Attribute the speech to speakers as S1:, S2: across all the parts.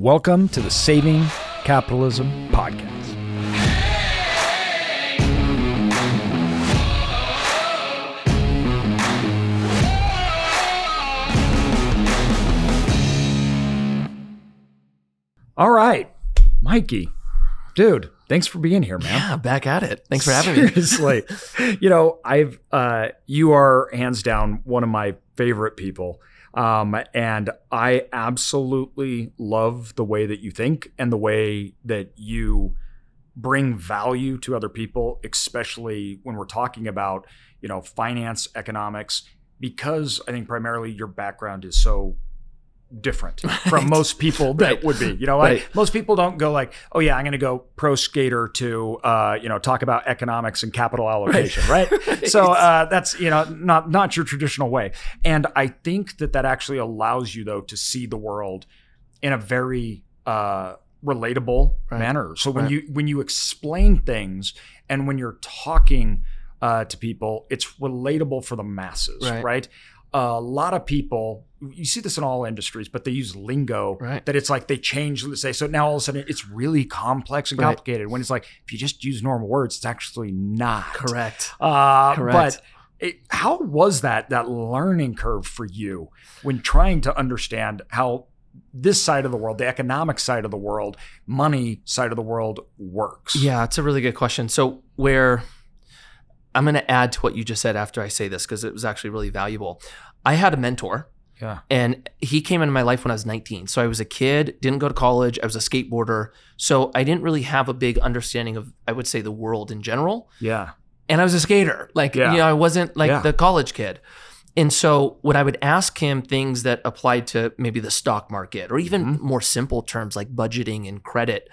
S1: Welcome to the Saving Capitalism Podcast. All right, Mikey, dude, thanks for being here, man.
S2: Yeah, back at it. Thanks for having me.
S1: Seriously. you know, I've uh you are hands down one of my favorite people. Um and I absolutely love the way that you think and the way that you bring value to other people, especially when we're talking about, you know, finance, economics because I think primarily your background is so different from
S2: Right.
S1: most people that
S2: Right.
S1: would be. You know,
S2: Right.
S1: like most people don't go like, "Oh yeah, I'm going to go pro skater to uh, you know talk about economics and capital allocation," right? So uh, that's you know not not your traditional way. And I think that that actually allows you though to see the world in a very uh, relatable
S2: Right.
S1: manner. So when
S2: Right.
S1: you when you explain things and when you're talking uh, to people, it's relatable for the masses, right?
S2: Right.
S1: A lot of people, you see this in all industries, but they use lingo
S2: Right.
S1: that it's like they change. Let's say so now all of a sudden it's really complex and
S2: Right.
S1: complicated. When it's like if you just use normal words, it's actually not
S2: Correct.
S1: Uh,
S2: Correct.
S1: But it, how was that that learning curve for you when trying to understand how this side of the world, the economic side of the world, money side of the world works?
S2: Yeah, it's a really good question. So, where I'm going to add to what you just said after I say this because it was actually really valuable. I had a mentor
S1: yeah,
S2: and he came into my life when I was 19. So, I was a kid, didn't go to college, I was a skateboarder. So, I didn't really have a big understanding of, I would say, the world in general.
S1: yeah,
S2: and I was a skater. Like,
S1: Yeah.
S2: you know, I wasn't like
S1: Yeah.
S2: the college kid. And so when I would ask him things that applied to maybe the stock market or even
S1: Mhm.
S2: more simple terms like budgeting and credit,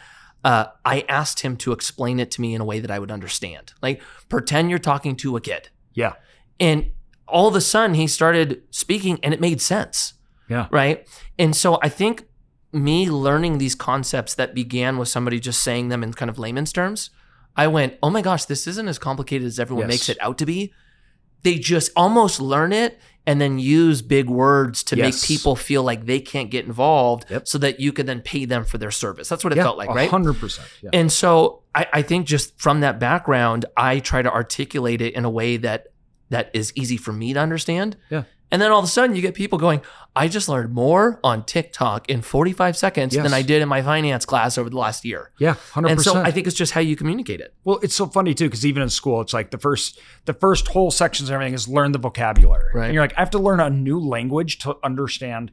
S2: uh, I asked him to explain it to me in a way that I would understand. Like, pretend you're talking to a kid.
S1: Yeah.
S2: And all of a sudden he started speaking and it made sense.
S1: Yeah.
S2: Right. And so I think me learning these concepts that began with somebody just saying them in kind of layman's terms, I went, oh my gosh, this isn't as complicated as everyone
S1: Yes.
S2: makes it out to be. They just almost learn it and then use big words to
S1: Yes.
S2: make people feel like they can't get involved
S1: Yep.
S2: so that you can then pay them for their service. That's what it
S1: yeah,
S2: felt like, right?
S1: hundred percent. Yeah.
S2: And so I, I think just from that background, I try to articulate it in a way that that is easy for me to understand.
S1: Yeah.
S2: And then all of a sudden you get people going, I just learned more on TikTok in 45 seconds
S1: Yes.
S2: than I did in my finance class over the last year.
S1: Yeah, hundred
S2: And
S1: percent.
S2: so I think it's just how you communicate it.
S1: well, it's so funny too because even in school, it's like the first the first whole sections and everything is learn the vocabulary,
S2: Right.
S1: and you're like, I have to learn a new language to understand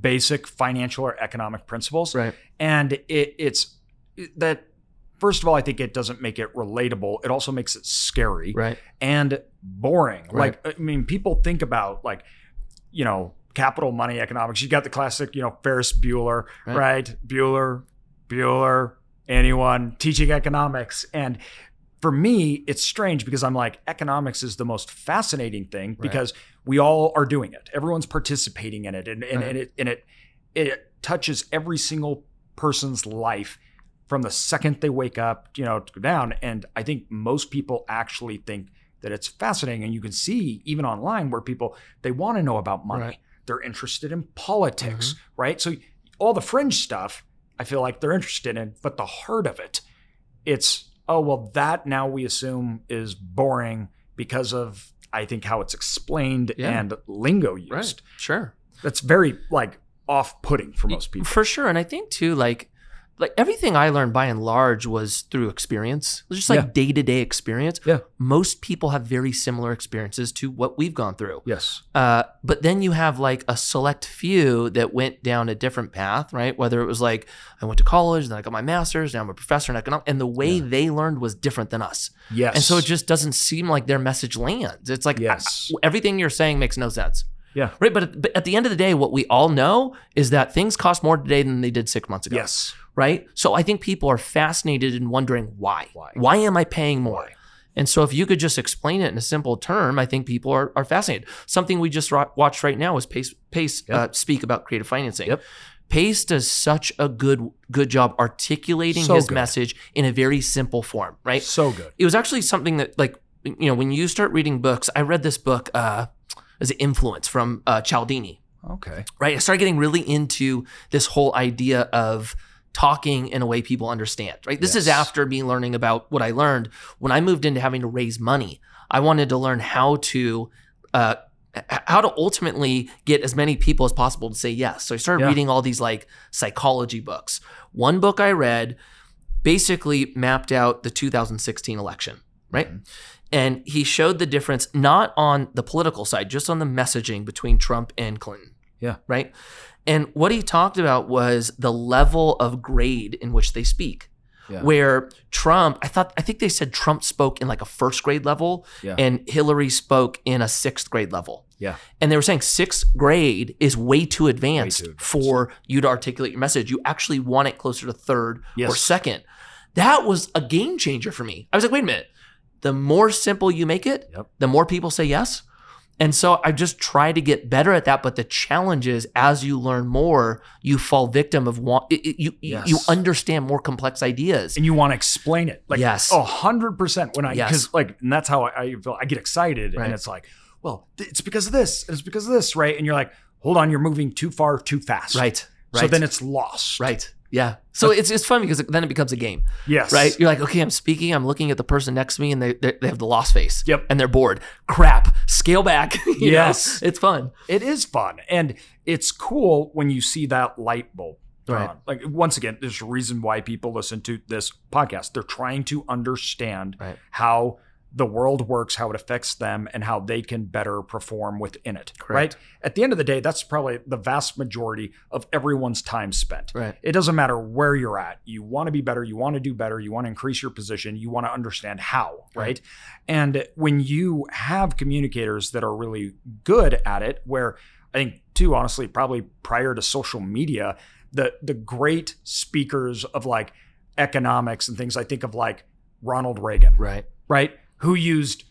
S1: basic financial or economic principles,
S2: Right.
S1: and it, it's that. First of all, I think it doesn't make it relatable. It also makes it scary
S2: Right.
S1: and boring.
S2: Right.
S1: Like, I mean, people think about like, you know, capital money economics. You got the classic, you know, Ferris Bueller, right?
S2: Right.
S1: Bueller, Bueller, anyone teaching economics. And for me, it's strange because I'm like, economics is the most fascinating thing
S2: Right.
S1: because we all are doing it. Everyone's participating in it. And, and,
S2: Right.
S1: and it and it it touches every single person's life from the second they wake up, you know, to go down. And I think most people actually think that it's fascinating. And you can see even online where people they want to know about money.
S2: Right. Mm-hmm.
S1: They're interested in politics, right? So all the fringe stuff, I feel like they're interested in, but the heart of it, it's oh well, that now we assume is boring because of I think how it's explained
S2: Yeah.
S1: and lingo used
S2: Right. Sure.
S1: that's very like off-putting for most people.
S2: For sure. And I think too, like like everything I learned by and large was through experience. It was just
S1: Yeah.
S2: like day to day experience.
S1: Yeah.
S2: Most people have very similar experiences to what we've gone through.
S1: Yes.
S2: Uh, but then you have like a select few that went down a different path, right? Whether it was like I went to college, then I got my master's, now I'm a professor in economics, and the way
S1: Yeah.
S2: they learned was different than us.
S1: Yes.
S2: And so it just doesn't seem like their message lands. It's like
S1: Yes.
S2: everything you're saying makes no sense.
S1: Yeah.
S2: Right. But at, but at the end of the day, what we all know is that things cost more today than they did six months ago.
S1: yes.
S2: Right. So I think people are fascinated and wondering why.
S1: Why?
S2: am I paying more?
S1: Why?
S2: And so if you could just explain it in a simple term, I think people are, are fascinated. Something we just ro- watched right now is Pace, Pace
S1: Yep.
S2: uh, speak about creative financing.
S1: Yep.
S2: Pace does such a good good job articulating
S1: So
S2: his
S1: good.
S2: message in a very simple form, right?
S1: So good.
S2: it was actually something that like you know when you start reading books i read this book uh as an influence from uh cialdini
S1: Okay.
S2: right? I started getting really into this whole idea of talking in a way people understand, right? This is
S1: Yes.
S2: after me learning about what I learned when I moved into having to raise money. I wanted to learn how to, uh, h- how to ultimately get as many people as possible to say yes. So I started
S1: Yeah.
S2: reading all these like psychology books. One book I read basically mapped out the 2016 election, right?
S1: Mhm.
S2: And he showed the difference not on the political side, just on the messaging between Trump and Clinton.
S1: Yeah.
S2: Right. And what he talked about was the level of grade in which they speak.
S1: Yeah.
S2: Where Trump, I thought, I think they said Trump spoke in like a first grade level
S1: Yeah.
S2: and Hillary spoke in a sixth grade level.
S1: Yeah.
S2: And they were saying sixth grade is way too advanced,
S1: advanced.
S2: for you to articulate your message. You actually want it closer to third or
S1: Yes.
S2: second. That was a game changer for me. I was like, wait a minute. The more simple you make it,
S1: Yep.
S2: the more people say yes. And so I just try to get better at that. But the challenge is, as you learn more, you fall victim of want. it- it- You you- you
S1: Yes.
S2: understand more complex ideas.
S1: And you want to explain it. Like oh,
S2: Yes.
S1: a hundred percent when I
S2: Yes.
S1: because like and that's how I, I feel I get excited
S2: Right.
S1: and it's like, well, th- it's because of this, and it's because of this, right? And you're like, hold on, you're moving too far too fast.
S2: Right. Right.
S1: So then it's lost.
S2: right. Yeah. So it's it's fun because then it becomes a game,
S1: Yes.
S2: right? You're like, okay, I'm speaking. I'm looking at the person next to me, and they they, they have the lost face.
S1: Yep.
S2: And they're bored. Crap. Scale back. you know?
S1: Yes.
S2: It's fun.
S1: It is fun. And it's cool when you see that light bulb. turn
S2: Right.
S1: on. Like once again, there's a reason why people listen to this podcast. They're trying to understand
S2: Right.
S1: how the world works, how it affects them, and how they can better perform within it.
S2: Correct.
S1: Right. At the end of the day, that's probably the vast majority of everyone's time spent.
S2: Right.
S1: It doesn't matter where you're at. You want to be better. You want to do better. You want to increase your position. You want to understand how, right?
S2: Right.
S1: And when you have communicators that are really good at it, where I think, too, honestly, probably prior to social media, the the great speakers of like economics and things, I think of like Ronald Reagan,
S2: Right.
S1: right? Who used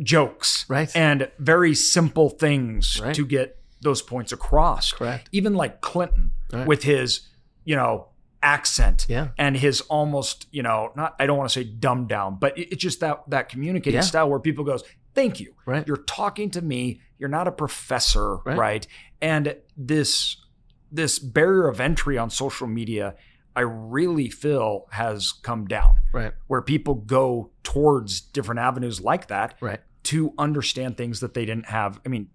S1: jokes
S2: Right.
S1: and very simple things
S2: Right.
S1: to get those points across
S2: Correct.
S1: even like Clinton
S2: Right.
S1: with his, you know, accent
S2: Yeah.
S1: and his almost, you know, not I don't want to say dumbed down, but it- it's just that that communicating
S2: Yeah.
S1: style where people goes, "Thank you.
S2: Right.
S1: You're talking to me. You're not a professor,
S2: Right.
S1: right?" And this this barrier of entry on social media I really feel has come down
S2: Right.
S1: where people go towards different avenues like that
S2: Right.
S1: to understand things that they didn't have. I mean,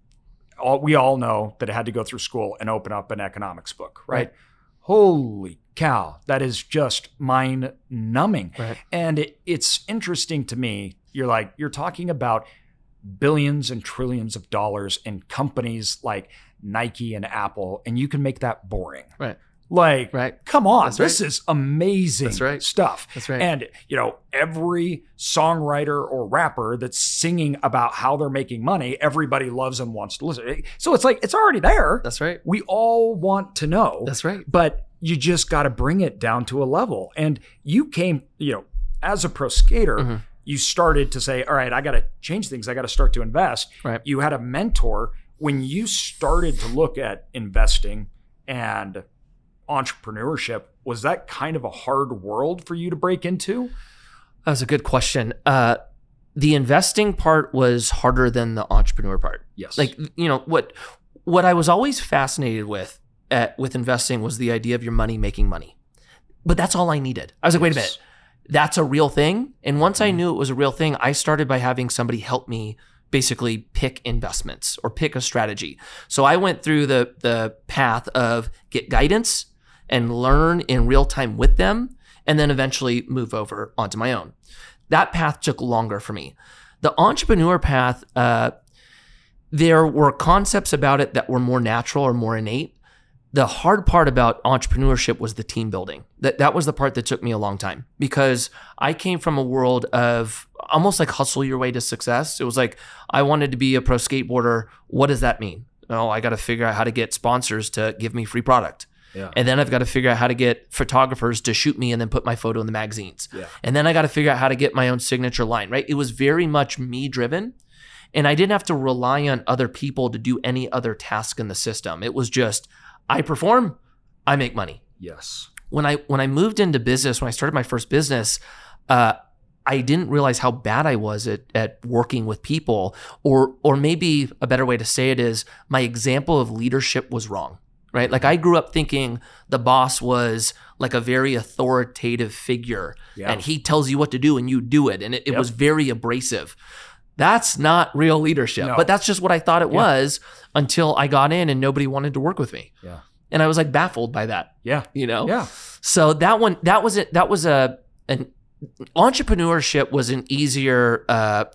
S1: all, we all know that I had to go through school and open up an economics book, right?
S2: Right.
S1: Holy cow, that is just mind numbing.
S2: Right.
S1: And it, it's interesting to me. You're like, you're talking about billions and trillions of dollars in companies like Nike and Apple, and you can make that boring.
S2: Right.
S1: Like,
S2: Right.
S1: come on,
S2: That's
S1: this is amazing
S2: That's right.
S1: stuff.
S2: That's right.
S1: And, you know, every songwriter or rapper that's singing about how they're making money, everybody loves and wants to listen. So it's like, it's already there.
S2: That's right.
S1: We all want to know,
S2: That's right.
S1: but you just got to bring it down to a level. And you came, you know, as a pro skater,
S2: Mhm.
S1: you started to say, all right, I got to change things. I got to start to invest.
S2: Right.
S1: You had a mentor when you started to look at investing and entrepreneurship. Was that kind of a hard world for you to break into?
S2: That was a good question. Uh, the investing part was harder than the entrepreneur part.
S1: Yes.
S2: Like you know what what I was always fascinated with at, with investing was the idea of your money making money. But that's all I needed. I was like, wait a minute,
S1: Yes.
S2: that's a real thing. And once I
S1: Mhm.
S2: knew it was a real thing, I started by having somebody help me basically pick investments or pick a strategy. So I went through the the path of get guidance and learn in real time with them and then eventually move over onto my own. That path took longer for me. The entrepreneur path uh there were concepts about it that were more natural or more innate. The hard part about entrepreneurship was the team building. That that was the part that took me a long time because I came from a world of almost like hustle your way to success. It was like I wanted to be a pro skateboarder. What does that mean? Oh, I got to figure out how to get sponsors to give me free product.
S1: Yeah.
S2: And then I've got to figure out how to get photographers to shoot me and then put my photo in the magazines.
S1: Yeah.
S2: And then I got to figure out how to get my own signature line, right? It was very much me driven. And I didn't have to rely on other people to do any other task in the system. It was just I perform, I make money
S1: yes.
S2: when I when I moved into business, when I started my first business, uh, I didn't realize how bad I was at, at working with people, or or maybe a better way to say it is my example of leadership was wrong, right? Like I grew up thinking the boss was like a very authoritative figure,
S1: Yeah.
S2: and he tells you what to do and you do it, and it, it
S1: Yep.
S2: was very abrasive. That's not real leadership,
S1: No.
S2: but that's just what I thought it
S1: Yeah.
S2: was until I got in and nobody wanted to work with me,
S1: Yeah.
S2: and I was like baffled by that,
S1: yeah.
S2: you know,
S1: Yeah.
S2: so that one, that was it. That was a an entrepreneurship was an easier uh,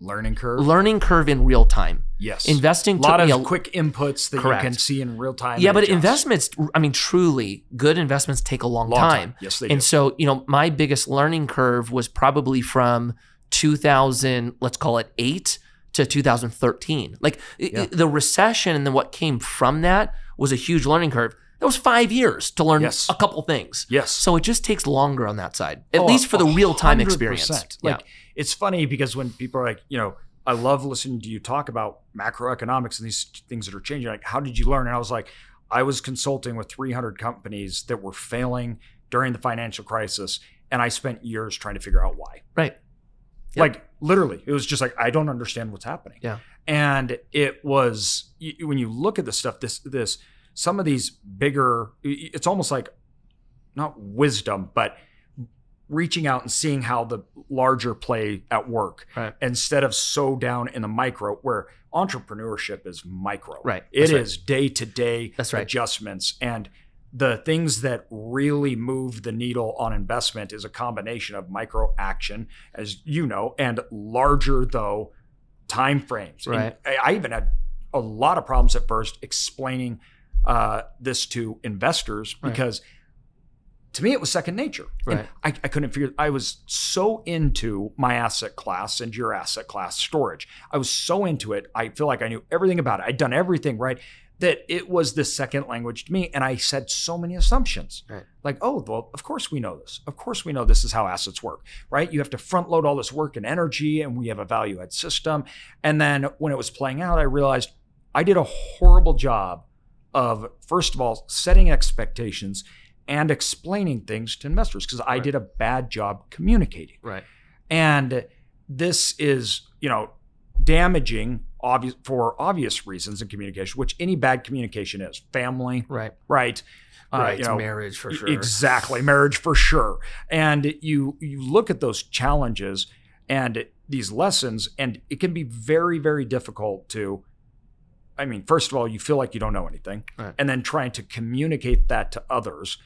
S1: Learning curve.
S2: learning curve in real time.
S1: yes.
S2: Investing
S1: a lot
S2: took
S1: of
S2: me
S1: quick inputs that
S2: Correct.
S1: you can see in real time.
S2: yeah,
S1: and
S2: but
S1: adjust.
S2: investments. I mean, truly good investments take a long,
S1: Long
S2: time.
S1: Yes, they do.
S2: And so, you know, my biggest learning curve was probably from 2000, let's call it eight to 2013. Like i-
S1: Yeah.
S2: i- the recession and then what came from that was a huge learning curve. That was five years to learn
S1: Yes.
S2: a couple things.
S1: yes.
S2: So it just takes longer on that side, at
S1: Oh,
S2: least for the real time experience.
S1: 100%.
S2: yeah.
S1: Like it's funny because when people are like, you know, I love listening to you talk about macroeconomics and these things that are changing. Like, how did you learn? And I was like, I was consulting with 300 companies that were failing during the financial crisis, and I spent years trying to figure out why.
S2: Right. Yep.
S1: Like literally, it was just like I don't understand what's happening.
S2: Yeah.
S1: And it was y- when you look at this stuff, this this some of these bigger, it's almost like not wisdom, but reaching out and seeing how the larger play at work
S2: Right.
S1: instead of so down in the micro where entrepreneurship is micro
S2: Right.
S1: It
S2: That's right.
S1: is day to day
S2: That's right.
S1: adjustments and the things that really move the needle on investment is a combination of micro action as you know and larger though time frames
S2: Right.
S1: I I even had a lot of problems at first explaining uh, this to investors
S2: Right.
S1: because to me it was second nature And
S2: Right.
S1: I, I couldn't figure i was so into my asset class and your asset class storage i was so into it i feel like i knew everything about it i'd done everything right that it was the second language to me and i said so many assumptions
S2: Right.
S1: like oh well of course we know this of course we know this is how assets work right you have to front load all this work and energy and we have a value add system and then when it was playing out i realized i did a horrible job of first of all setting expectations and explaining things to investors because I
S2: Right.
S1: did a bad job communicating.
S2: Right.
S1: And this is, you know, damaging obvious for obvious reasons in communication, which any bad communication is. Family,
S2: Right.
S1: right? Uh,
S2: right.
S1: you know,
S2: marriage for
S1: e-
S2: sure.
S1: Exactly, marriage for sure. And you you look at those challenges and these lessons, and it can be very very difficult to. I mean, first of all, you feel like you don't know anything,
S2: Right.
S1: and then trying to communicate that to others.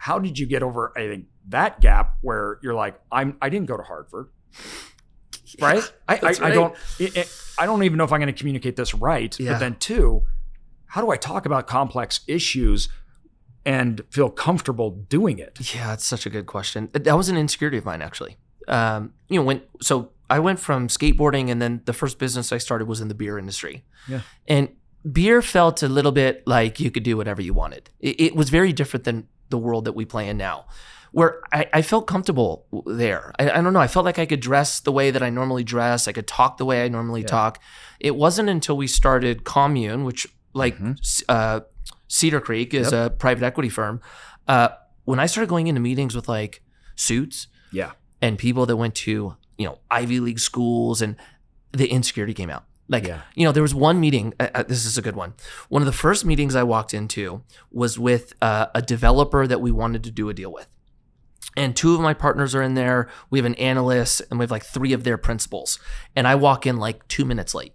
S1: How did you get over? I think that gap where you're like, I'm I didn't go to Harvard, right? I, I,
S2: That's
S1: I
S2: right.
S1: don't it, it- I don't even know if I'm going to communicate this right.
S2: Yeah.
S1: But then two, how do I talk about complex issues and feel comfortable doing it?
S2: Yeah, that's such a good question. That was an insecurity of mine, actually. Um, you know, when so I went from skateboarding, and then the first business I started was in the beer industry.
S1: Yeah.
S2: and beer felt a little bit like you could do whatever you wanted. It, it was very different than the world that we play in now, where I, I felt comfortable w- there. I, I don't know. I felt like I could dress the way that I normally dress. I could talk the way I normally
S1: Yeah.
S2: talk. It wasn't until we started Commune, which like
S1: Mhm.
S2: C- uh, Cedar Creek is a private equity firm. Uh, when I started going into meetings with like suits,
S1: Yeah.
S2: and people that went to you know Ivy League schools, and the insecurity came out. Like
S1: Yeah.
S2: you know, there was one meeting. Uh, uh, this is a good one. One of the first meetings I walked into was with uh, a developer that we wanted to do a deal with. And two of my partners are in there. We have an analyst and we have like three of their principals. And I walk in like two minutes late.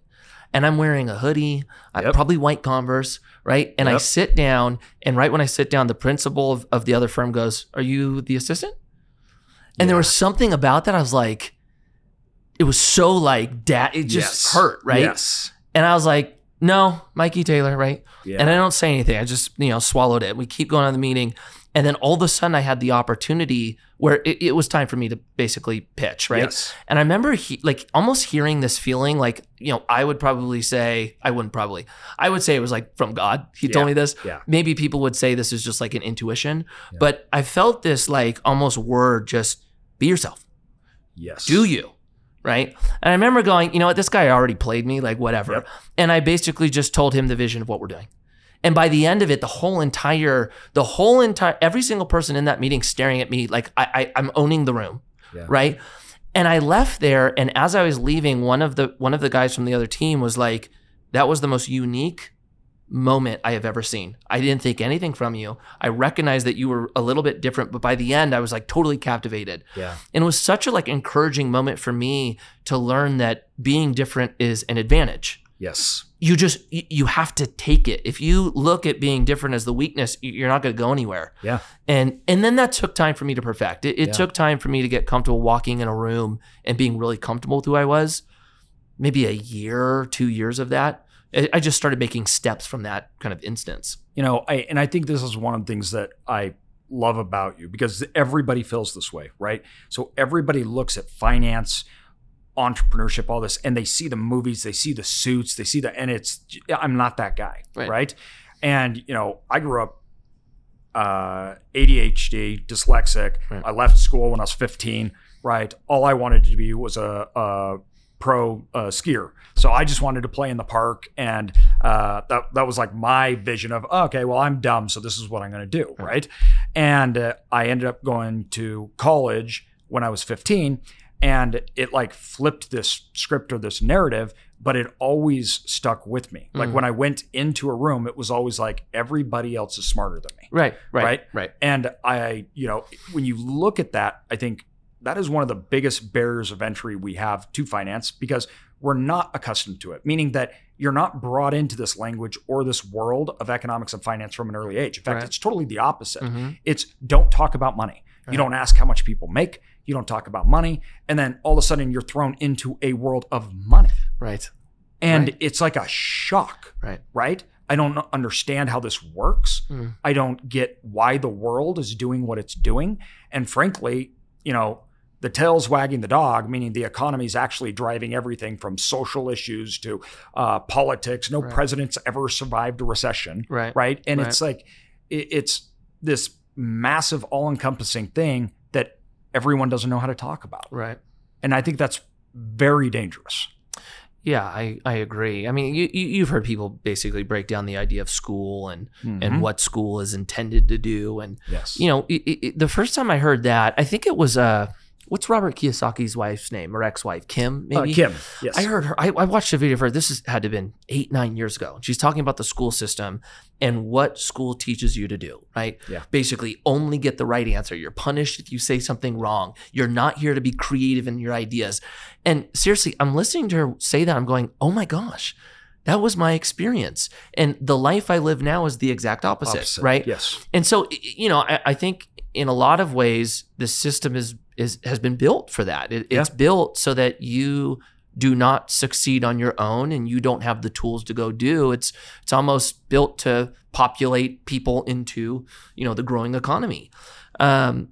S2: And I'm wearing a hoodie, I
S1: Yep.
S2: probably white Converse, right? And I
S1: Yep.
S2: sit down. And right when I sit down, the principal of, of the other firm goes, Are you the assistant? And there
S1: Yeah.
S2: was something about that. I was like, It was so like, dad, it just hurt, right?
S1: Yes.
S2: And I was like, no, Mikey Taylor, right?
S1: Yeah.
S2: And I don't say anything. I just, you know, swallowed it. We keep going on the meeting. And then all of a sudden, I had the opportunity where it, it was time for me to basically pitch, right?
S1: Yes.
S2: And I remember he, like almost hearing this feeling like, you know, I would probably say, I wouldn't probably, I would say it was like from God. He told
S1: Yeah.
S2: me this.
S1: Yeah.
S2: Maybe people would say this is just like an intuition,
S1: Yeah.
S2: but I felt this like almost word just be yourself
S1: Yes.
S2: do you? Right. And I remember going, you know what, this guy already played me, like whatever.
S1: Yep.
S2: And I basically just told him the vision of what we're doing. And by the end of it, the whole entire, the whole entire, every single person in that meeting staring at me, like I, I I'm owning the room.
S1: Yeah.
S2: Right. And I left there, and as I was leaving, one of the one of the guys from the other team was like, "That was the most unique moment I have ever seen. I didn't think anything from you. I recognized that you were a little bit different, but by the end, I was like totally captivated.
S1: Yeah.
S2: And it was such a like encouraging moment for me to learn that being different is an advantage."
S1: Yes.
S2: you just you you have to take it. If you look at being different as the weakness, you- you're not going to go anywhere.
S1: Yeah.
S2: And and then that took time for me to perfect. It, it
S1: Yeah.
S2: took time for me to get comfortable walking in a room and being really comfortable with who I was. Maybe a year, two years of that. I, I just started making steps from that kind of instance.
S1: You know, I and I think this is one of the things that I love about you because everybody feels this way, right? So everybody looks at finance, entrepreneurship, all this, and they see the movies, they see the suits, they see the and it's I'm not that guy,
S2: Right.
S1: right? And you know, I grew up uh ADHD, dyslexic.
S2: Right.
S1: I left school when I was 15, right? All I wanted to be was a, a pro uh, skier. So I just wanted to play in the park, and uh, that that was like my vision of "Oh, okay, well I'm dumb, so this is what I'm going to do,
S2: Right.
S1: right? And uh, I ended up going to college when I was 15, and it like flipped this script or this narrative, but it always stuck with me. Like
S2: Mm.
S1: when I went into a room, it was always like everybody else is smarter than me.
S2: Right. Right. Right.
S1: Right. And I, you know, when you look at that, I think that is one of the biggest barriers of entry we have to finance because we're not accustomed to it, meaning that you're not brought into this language or this world of economics and finance from an early age. In fact,
S2: Right.
S1: it's totally the opposite.
S2: Mhm.
S1: It's don't talk about money.
S2: Right.
S1: You don't ask how much people make. You don't talk about money. And then all of a sudden you're thrown into a world of money.
S2: Right.
S1: And
S2: Right.
S1: it's like a shock,
S2: Right.
S1: right? I don't understand how this works.
S2: Mm.
S1: I don't get why the world is doing what it's doing. And frankly, you know, the tail's wagging the dog, meaning the economy is actually driving everything from social issues to uh, politics. No
S2: Right.
S1: president's ever survived a recession,
S2: Right.
S1: right? And it's like, it, it's this massive, all encompassing thing that everyone doesn't know how to talk about.
S2: Right.
S1: And I think that's very dangerous.
S2: Yeah, I, I agree. I mean, you, you you've heard people basically break down the idea of school and
S1: Mhm.
S2: Hmm. and what school is intended to do and
S1: yes.
S2: you know, it, it, it- the first time I heard that, I think it was uh, what's Robert Kiyosaki's wife's name or ex-wife, Kim?
S1: Uh,
S2: Maybe.
S1: Kim, yes.
S2: I heard her. I, I watched a video of her. This is, had to have been eight, nine years ago. She's talking about the school system and what school teaches you to do. Right.
S1: Yeah.
S2: Basically, only get the right answer. You're punished if you say something wrong. You're not here to be creative in your ideas. And seriously, I'm listening to her say that. I'm going, oh my gosh, that was my experience. And the life I live now is the exact opposite.
S1: Opposite.
S2: Right.
S1: Yes.
S2: And so, y- you know, I, I think in a lot of ways, the system is is has been built for that. It, It's built so that you do not succeed on your own, and you don't have the tools to go do. It's it's almost built to populate people into you know the growing economy, um,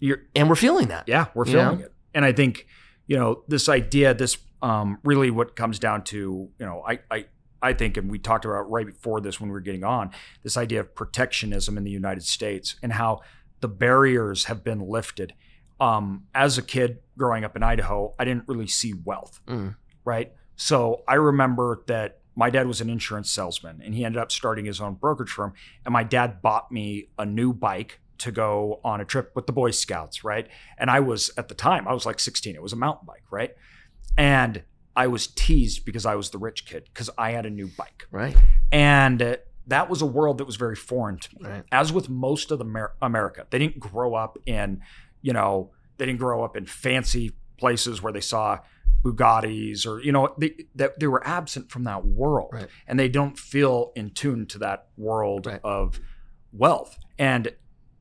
S1: You're,
S2: and we're feeling that.
S1: Yeah, we're
S2: You
S1: filming
S2: know?
S1: it. And I think, you know, this idea, this um, really what comes down to, you know, I, I, I think, and we talked about right before this when we were getting on, this idea of protectionism in the United States and how the barriers have been lifted. Um, as a kid growing up in Idaho, I didn't really see wealth,
S2: Mm.
S1: right? So I remember that my dad was an insurance salesman and he ended up starting his own brokerage firm. And my dad bought me a new bike to go on a trip with the Boy Scouts, right? And I was at the time, I was like 16. It was a mountain bike, right? And I was teased because I was the rich kid because I had a new bike.
S2: Right.
S1: And uh, that was a world that was very foreign to me.
S2: Right.
S1: As with most of the Mer- America, they didn't grow up in, you know, they didn't grow up in fancy places where they saw Bugattis or you know they that they were absent from that world
S2: Right.
S1: and they don't feel in tune to that world
S2: Right.
S1: of wealth. And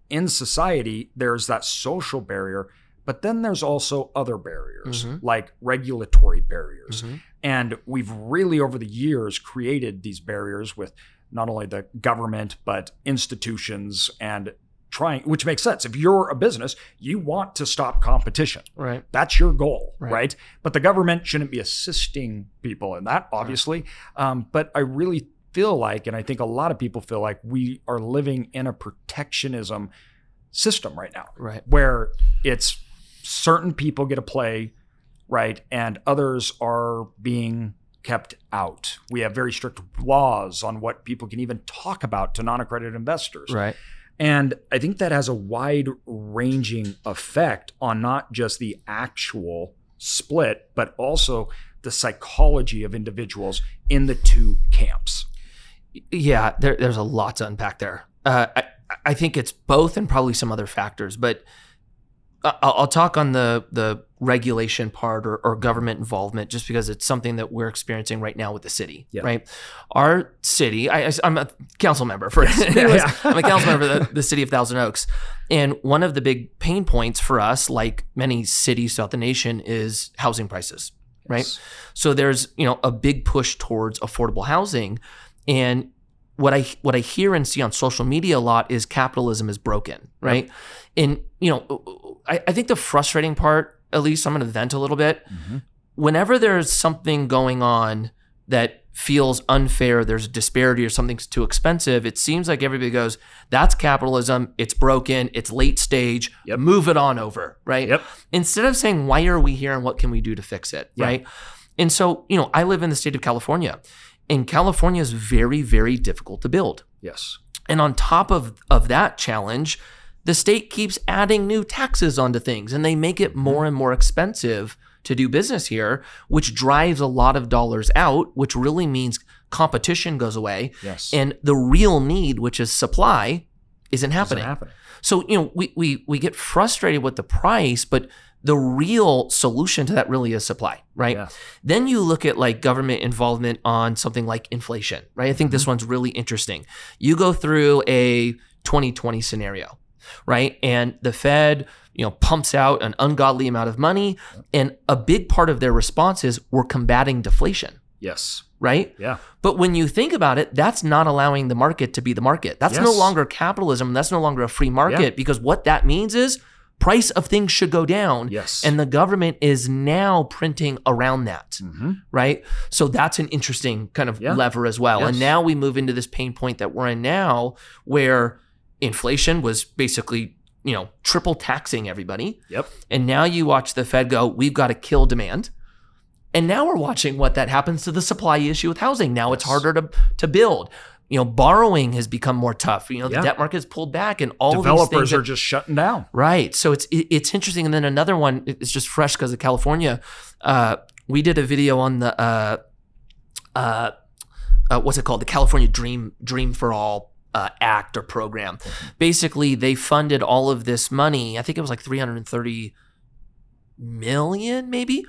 S1: in society, there's that social barrier, but then there's also other barriers
S2: Mhm.
S1: like regulatory barriers.
S2: Mhm.
S1: And we've really, over the years, created these barriers with not only the government, but institutions and trying, which makes sense. If you're a business, you want to stop competition.
S2: Right.
S1: That's your goal,
S2: Right.
S1: right? But the government shouldn't be assisting people in that, obviously. Um, but I really feel like, and I think a lot of people feel like, we are living in a protectionism system right now
S2: Right.
S1: where it's certain people get to play, right, and others are being kept out. We have very strict laws on what people can even talk about to non-accredited investors.
S2: Right.
S1: And I think that has a wide ranging effect on not just the actual split, but also the psychology of individuals in the two camps.
S2: Yeah, there, there's a lot to unpack there. Uh, I, I think it's both and probably some other factors, but I- I'll, I'll talk on the the regulation part or, or government involvement just because it's something that we're experiencing right now with the city,
S1: Yeah.
S2: right? Our city, I, am a council member for anyways,
S1: Yeah.
S2: I'm a council member of the, the city of Thousand Oaks. And one of the big pain points for us, like many cities throughout the nation, is housing prices, right?
S1: Yes.
S2: So there's you know a big push towards affordable housing, and what I what I hear and see on social media a lot is capitalism is broken, right? And you know, I, I think the frustrating part, at least I'm going to vent a little bit.
S1: Mhm.
S2: Whenever there's something going on that feels unfair, there's a disparity or something's too expensive, it seems like everybody goes, "That's capitalism. It's broken. It's late stage.
S1: Yep.
S2: Move it on over." Right?
S1: Yep.
S2: Instead of saying, "Why are we here and what can we do to fix it?"
S1: Yeah.
S2: Right? And so, you know, I live in the state of California, and California is very, very difficult to build.
S1: Yes.
S2: And on top of, of that challenge, the state keeps adding new taxes onto things and they make it more and more expensive to do business here, which drives a lot of dollars out, which really means competition goes away.
S1: Yes.
S2: And the real need, which is supply, isn't
S1: Doesn't
S2: happening.
S1: happen.
S2: So, you know, we, we, we get frustrated with the price, but the real solution to that really is supply, right?
S1: Yeah.
S2: Then you look at like government involvement on something like inflation, right? I think this one's really interesting. You go through a 2020 scenario, right? And the Fed, you know, pumps out an ungodly amount of money, and a big part of their response is we're combating deflation,
S1: Yes.
S2: right?
S1: Yeah.
S2: But when you think about it, that's not allowing the market to be the market. That's no
S1: Yes.
S2: longer capitalism. That's no longer a free market
S1: Yeah.
S2: because what that means is price of things should go down.
S1: Yes.
S2: And the government is now printing around that,
S1: hmm
S2: right? So that's an interesting kind of
S1: Yeah.
S2: lever as well. And
S1: Yes.
S2: now we move into this pain point that we're in now where inflation was basically, you know, triple taxing everybody.
S1: Yep.
S2: And now you watch the Fed go, we've got to kill demand. And now we're watching what that happens to the supply issue with housing. Now it's
S1: Yes.
S2: harder to, to build. You know, borrowing has become more tough. You know, the
S1: Yeah.
S2: debt market's pulled back and all these things
S1: Developers
S2: that-
S1: are just shutting down.
S2: Right. So it's it- it's interesting. And then another one it's just fresh because of California. Uh, we did a video on the uh, uh, uh, what's it called? The California Dream Dream for All uh, Act or program. Basically, they funded all of this money. I think it was like three hundred and thirty million, maybe.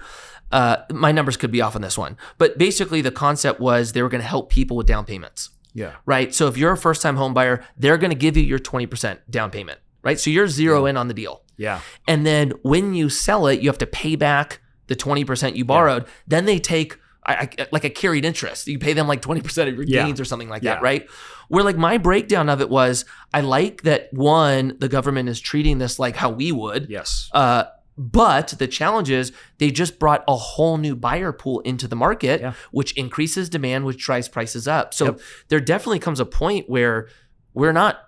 S2: Uh, my numbers could be off on this one, but basically the concept was they were going to help people with down payments
S1: Yeah.
S2: right? So if you're a first time home buyer, they're going to give you your 20% down payment, right? So you're zero in on the deal.
S1: Yeah.
S2: And then when you sell it, you have to pay back the 20% you borrowed. Then they take I, I- like a carried interest. You pay them like 20% of your
S1: Yeah.
S2: gains or something like
S1: Yeah.
S2: that, right? Where like my breakdown of it was I like that one, the government is treating this like how we would.
S1: Yes.
S2: Uh, but the challenge is they just brought a whole new buyer pool into the market,
S1: Yeah.
S2: which increases demand, which drives prices up. So
S1: Yep.
S2: there definitely comes a point where we're not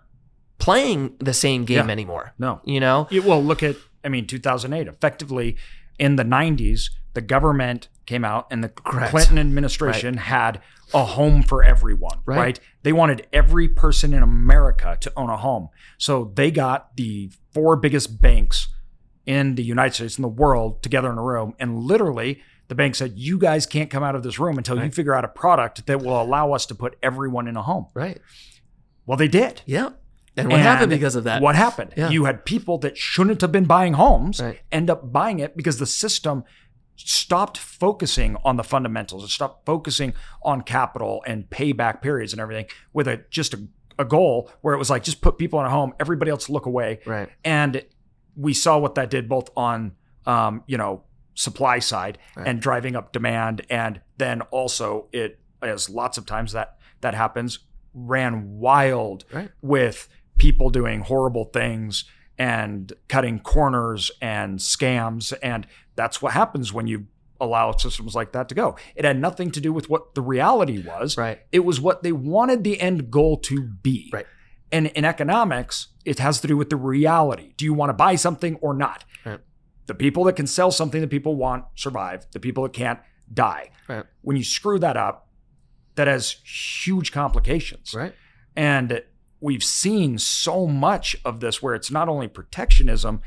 S2: playing the same game
S1: Yeah.
S2: anymore.
S1: No.
S2: You know?
S1: Yeah, well, look at, I mean, 2008. Effectively, in the 90s, the government came out and the
S2: Correct.
S1: Clinton administration had a home for everyone,
S2: Right.
S1: right. They wanted every person in America to own a home. So they got the four biggest banks in the United States and the world together in a room. And literally, the bank said, You guys can't come out of this room until you
S2: Right.
S1: figure out a product that will allow us to put everyone in a home.
S2: Right.
S1: Well, they did.
S2: Yeah. And what happened
S1: And
S2: because of that?
S1: What happened?
S2: Yeah.
S1: You had people that shouldn't have been buying homes
S2: Right.
S1: end up buying it because the system stopped focusing on the fundamentals. It stopped focusing on capital and payback periods and everything with a just a, a goal where it was like just put people in a home, everybody else look away.
S2: Right.
S1: And we saw what that did both on um, you know, supply side
S2: Right.
S1: and driving up demand and then also it as lots of times that that happens ran wild
S2: Right.
S1: with people doing horrible things and cutting corners and scams. And that's what happens when you allow systems like that to go. It had nothing to do with what the reality was,
S2: Right.
S1: it was what they wanted the end goal to be.
S2: Right.
S1: And in economics, it has to do with the reality. Do you want to buy something or not?
S2: Right.
S1: The people that can sell something that people want survive, the people that can't die.
S2: Right.
S1: When you screw that up, that has huge complications.
S2: Right.
S1: And we've seen so much of this where it's not only protectionism,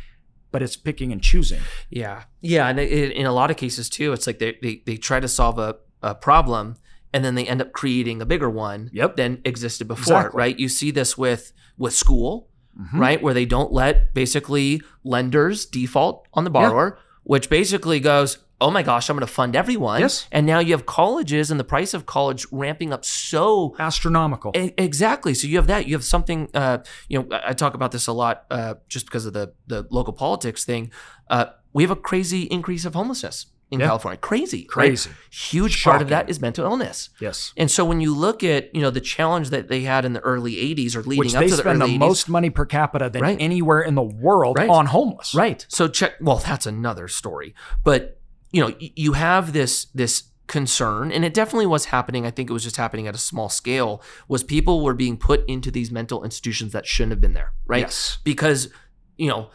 S1: but it's picking and choosing.
S2: Yeah. Yeah. And it, in a lot of cases, too, it's like they, they, they try to solve a, a problem and then they end up creating a bigger one
S1: Yep.
S2: than existed before,
S1: Exactly.
S2: right? You see this with with school,
S1: Mhm.
S2: right? Where they don't let basically lenders default on the borrower, which basically goes, oh my gosh, I'm going to fund everyone.
S1: Yes.
S2: And now you have colleges and the price of college ramping up so
S1: Astronomical.
S2: E- Exactly. So you have that. You have something. Uh, you know, I I talk about this a lot, uh, just because of the the local politics thing. Uh, we have a crazy increase of homelessness in
S1: Yeah.
S2: California. Crazy, right?
S1: Crazy.
S2: Huge part of that
S1: Shocking.
S2: is mental illness.
S1: Yes.
S2: And so when you look at you know the challenge that they had in the early '80s or leading
S1: Which
S2: up
S1: they
S2: to the
S1: spend
S2: early
S1: the
S2: 80s,
S1: most money per capita than
S2: Right.
S1: anywhere in the world
S2: Right.
S1: on homeless.
S2: Right. So check. Well, that's another story. But you know, y- you have this this concern, and it definitely was happening. I think it was just happening at a small scale. Was people were being put into these mental institutions that shouldn't have been there, right?
S1: Yes.
S2: Because you know,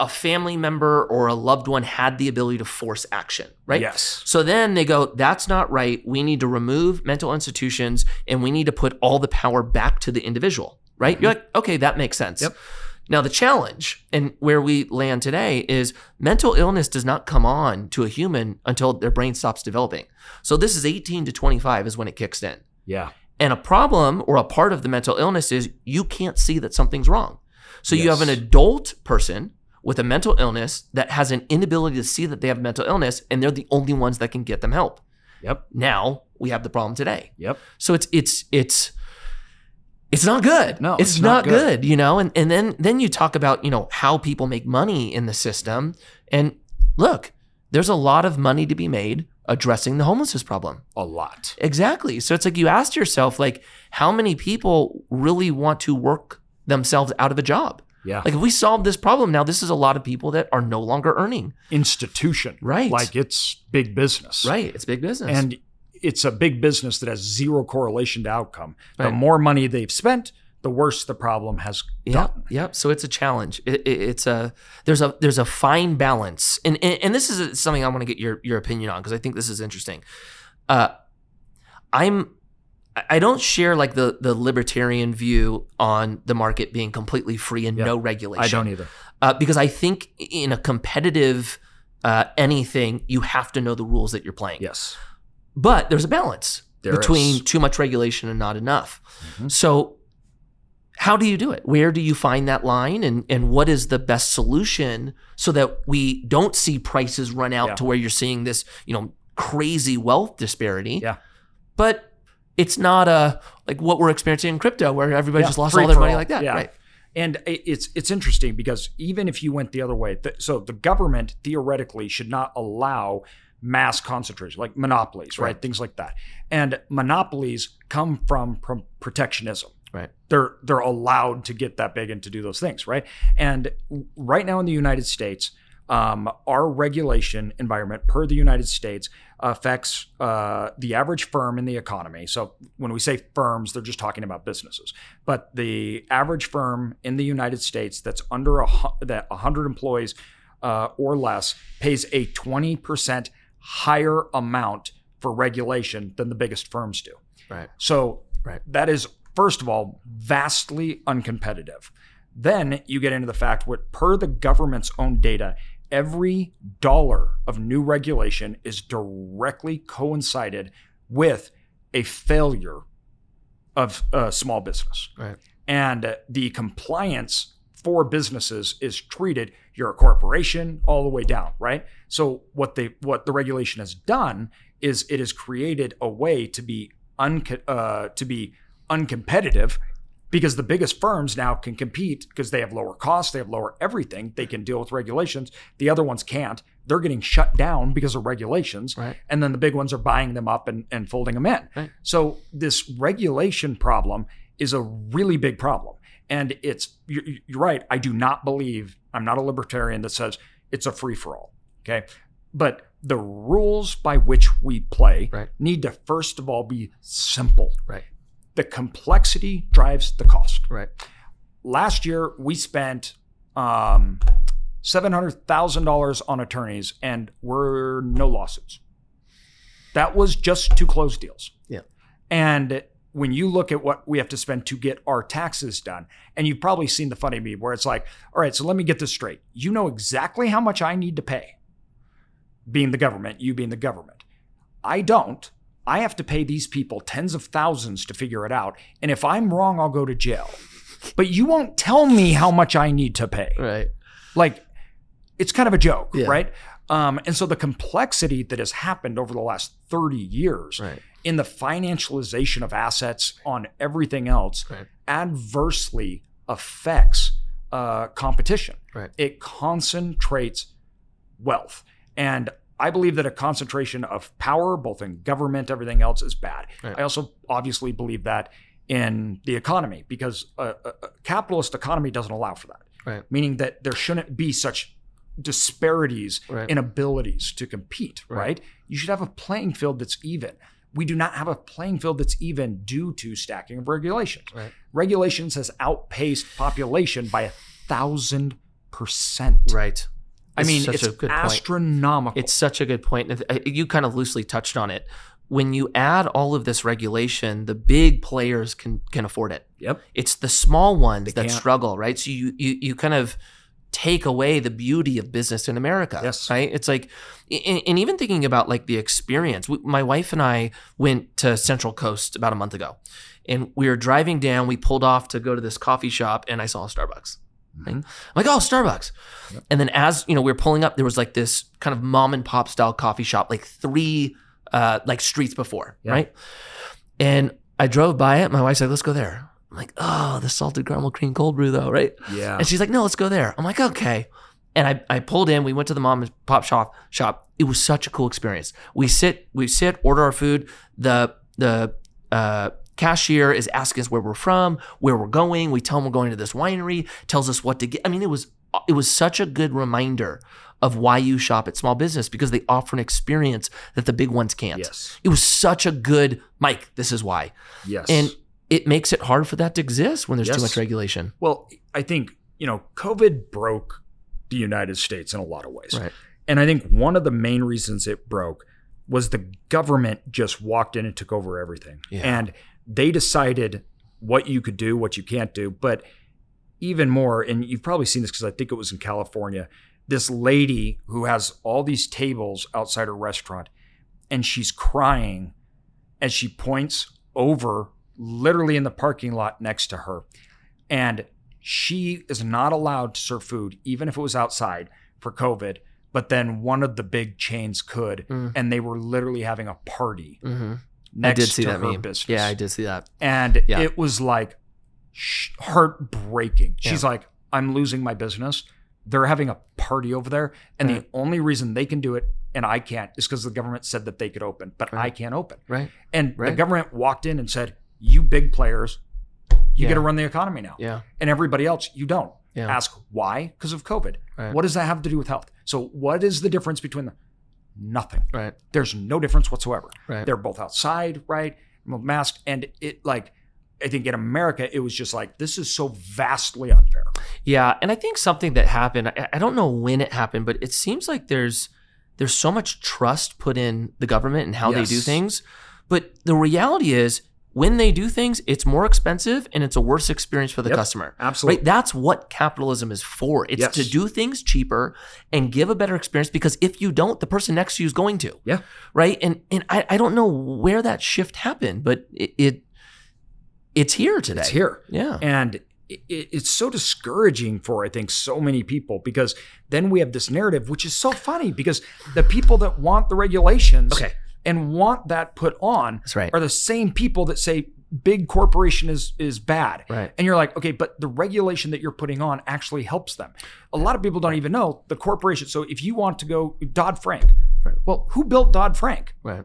S2: a family member or a loved one had the ability to force action, right?
S1: Yes.
S2: So then they go, that's not right. We need to remove mental institutions and we need to put all the power back to the individual, right? You're like, okay, that makes sense.
S1: Mm-hmm. Yep.
S2: Now, the challenge and where we land today is mental illness does not come on to a human until their brain stops developing. So this is 18 to 25 is when it kicks in.
S1: Yeah.
S2: And a problem or a part of the mental illness is you can't see that something's wrong. So you have an
S1: Yes.
S2: adult person with a mental illness that has an inability to see that they have mental illness and they're the only ones that can get them help.
S1: Yep.
S2: Now we have the problem today.
S1: Yep.
S2: So it's it's it's it's not good.
S1: No,
S2: it's,
S1: it's
S2: not,
S1: not
S2: good. you know. And and then then you talk about you know how people make money in the system. And look, there's a lot of money to be made addressing the homelessness problem.
S1: A lot.
S2: Exactly. So it's like you asked yourself, like, how many people really want to work themselves out of a job?
S1: Yeah.
S2: Like, if we solve this problem now, this is a lot of people that are no longer earning.
S1: Institution.
S2: Right.
S1: Like it's big business.
S2: Right. It's big business.
S1: And it's a big business that has zero correlation to outcome. The
S2: Right.
S1: more money they've spent, the worse the problem has
S2: Yep,
S1: gotten.
S2: yep. So it's a challenge. It, it, it's a there's a there's a fine balance, and and, and this is something I want to get your your opinion on because I think this is interesting. Uh, I'm I- I don't share like the the libertarian view on the market being completely free and
S1: Yep.
S2: no regulation.
S1: I don't either.
S2: uh, because I think in a competitive uh, anything, you have to know the rules that you're playing.
S1: Yes.
S2: But there's a balance
S1: There
S2: between
S1: is.
S2: too much regulation and not enough.
S1: Mhm.
S2: So, how do you do it? Where do you find that line, and and what is the best solution so that we don't see prices run out
S1: Yeah.
S2: to where you're seeing this, you know, crazy wealth disparity?
S1: Yeah.
S2: but it's not a like what we're experiencing in crypto, where everybody
S1: Yeah,
S2: just lost
S1: free
S2: all their
S1: for
S2: money
S1: all.
S2: like that,
S1: Yeah.
S2: right?
S1: And i- it's it's interesting because even if you went the other way, th- so the government theoretically should not allow mass concentration, like monopolies, right?
S2: Right.
S1: Things like that. And monopolies come from, from protectionism.
S2: Right.
S1: They're they're allowed to get that big and to do those things, right? And w- right now in the United States, um, our regulation environment per the United States affects uh, the average firm in the economy. So when we say firms, they're just talking about businesses. But the average firm in the United States that's under a, hu- that 100 employees uh, or less pays a 20% higher amount for regulation than the biggest firms do.
S2: Right.
S1: So
S2: Right.
S1: that is, first of all, vastly uncompetitive. Then you get into the fact what per the government's own data, every dollar of new regulation is directly coincided with a failure of uh, small business.
S2: Right.
S1: And uh, the compliance for businesses is treated you're a corporation all the way down, right? So what they what the regulation has done is it has created a way to be un uh, to be uncompetitive because the biggest firms now can compete because they have lower costs, they have lower everything, they can deal with regulations. The other ones can't. They're getting shut down because of regulations
S2: Right.
S1: and then the big ones are buying them up and, and folding them in.
S2: Right.
S1: So this regulation problem is a really big problem, and it's you're, you're right. I do not believe I'm not a libertarian that says it's a free for all. Okay, but the rules by which we play
S2: Right.
S1: need to first of all be simple.
S2: Right.
S1: The complexity drives the cost
S2: Right.
S1: last year we spent um, seven hundred thousand dollars on attorneys, and we're no lawsuits. That was just to close deals.
S2: Yeah.
S1: and when you look at what we have to spend to get our taxes done, and you've probably seen the funny meme where it's like, all right, so let me get this straight. You know exactly how much I need to pay, being the government, you being the government. I don't. I have to pay these people tens of thousands to figure it out. And if I'm wrong, I'll go to jail. But you won't tell me how much I need to pay.
S2: Right.
S1: Like, it's kind of a joke,
S2: Yeah.
S1: right? Um, and so the complexity that has happened over the last 30 years
S2: Right.
S1: in the financialization of assets on everything else
S2: Right.
S1: adversely affects uh, competition.
S2: Right.
S1: It concentrates wealth. And I believe that a concentration of power, both in government, everything else, is bad.
S2: Right.
S1: I also obviously believe that in the economy because a, a- a capitalist economy doesn't allow for that.
S2: Right.
S1: Meaning that there shouldn't be such disparities
S2: Right.
S1: in abilities to compete,
S2: Right.
S1: right. You should have a playing field that's even. We do not have a playing field that's even due to stacking of regulations.
S2: Right.
S1: Regulations has outpaced population by a thousand percent.
S2: Right.
S1: I
S2: It's
S1: mean,
S2: such
S1: it's
S2: a good point.
S1: astronomical.
S2: It's such a good point. And I- You kind of loosely touched on it. When you add all of this regulation, the big players can can afford it.
S1: yep.
S2: It's the small ones that
S1: can't.
S2: struggle, right? So you you you kind of take away the beauty of business in America,
S1: Yes.
S2: right? It's like, and, and even thinking about like the experience. We, my wife and I went to Central Coast about a month ago, and we were driving down. We pulled off to go to this coffee shop, and I saw a Starbucks.
S1: Mhm.
S2: I'm like, oh, Starbucks.
S1: Yep.
S2: And then as you know, we were pulling up, there was like this kind of mom and pop style coffee shop, like three uh like streets before,
S1: Yeah.
S2: right? And I drove by it. My wife said, let's go there. I'm like, oh, the salted caramel cream cold brew though, right?
S1: Yeah.
S2: And she's like, no, let's go there. I'm like, okay. And I, I pulled in, we went to the mom and pop shop shop. It was such a cool experience. We sit, we sit, order our food. The the uh, cashier is asking us where we're from, where we're going. We tell him we're going to this winery, tells us what to get. I mean, it was it was such a good reminder of why you shop at small business because they offer an experience that the big ones can't.
S1: yes.
S2: It was such a good Mike, this is why.
S1: Yes.
S2: And it makes it hard for that to exist when there's
S1: Yes.
S2: too much regulation.
S1: well, I think, you know, COVID broke the United States in a lot of ways.
S2: Right.
S1: And I think one of the main reasons it broke was the government just walked in and took over everything.
S2: Yeah.
S1: And they decided what you could do, what you can't do. But even more, and you've probably seen this because I think it was in California, this lady who has all these tables outside her restaurant and she's crying as she points over literally in the parking lot next to her. And she is not allowed to serve food, even if it was outside for COVID. But then one of the big chains could,
S2: Mm.
S1: and they were literally having a party
S2: Mm-hmm.
S1: next
S2: I did see
S1: to
S2: that
S1: her
S2: meme.
S1: business.
S2: Yeah, I did see that.
S1: and
S2: Yeah.
S1: it was like sh- heartbreaking. She's like, "I'm losing my business. They're having a party over there, and
S2: Right.
S1: the only reason they can do it and I can't is because the government said that they could open, but I
S2: Right.
S1: can't open."
S2: Right.
S1: And the
S2: Right.
S1: government walked in and said, "You big players, you
S2: Yeah.
S1: got to run the economy now."
S2: Yeah.
S1: and everybody else you don't
S2: Yeah.
S1: ask why because of covid
S2: Right.
S1: what does that have to do with health so what is the difference between them nothing
S2: Right.
S1: there's no difference whatsoever
S2: Right.
S1: they're both outside right masked and it like i think in america it was just like this is so vastly unfair
S2: Yeah. And I think something that happened, I, I don't know when it happened, but it seems like there's there's so much trust put in the government and how they do
S1: Yes.
S2: things. But the reality is when they do things, it's more expensive and it's a worse experience for the
S1: Yep.
S2: customer.
S1: absolutely
S2: Right? That's what capitalism is for. It's
S1: Yes.
S2: to do things cheaper and give a better experience because if you don't, the person next to you is going to.
S1: Yeah.
S2: Right. And and I, I don't know where that shift happened, but it, it it's here today.
S1: it's here
S2: Yeah.
S1: And it, it- it's so discouraging for, I think, so many people because then we have this narrative, which is so funny because the people that want the regulations
S2: Okay.
S1: and want that put on
S2: That's right.
S1: are the same people that say big corporation is is bad.
S2: Right.
S1: And you're like, okay, but the regulation that you're putting on actually helps them. A lot of people don't even know the corporation. So if you want to go Dodd Frank,
S2: Right.
S1: well, who built Dodd Frank?
S2: Right.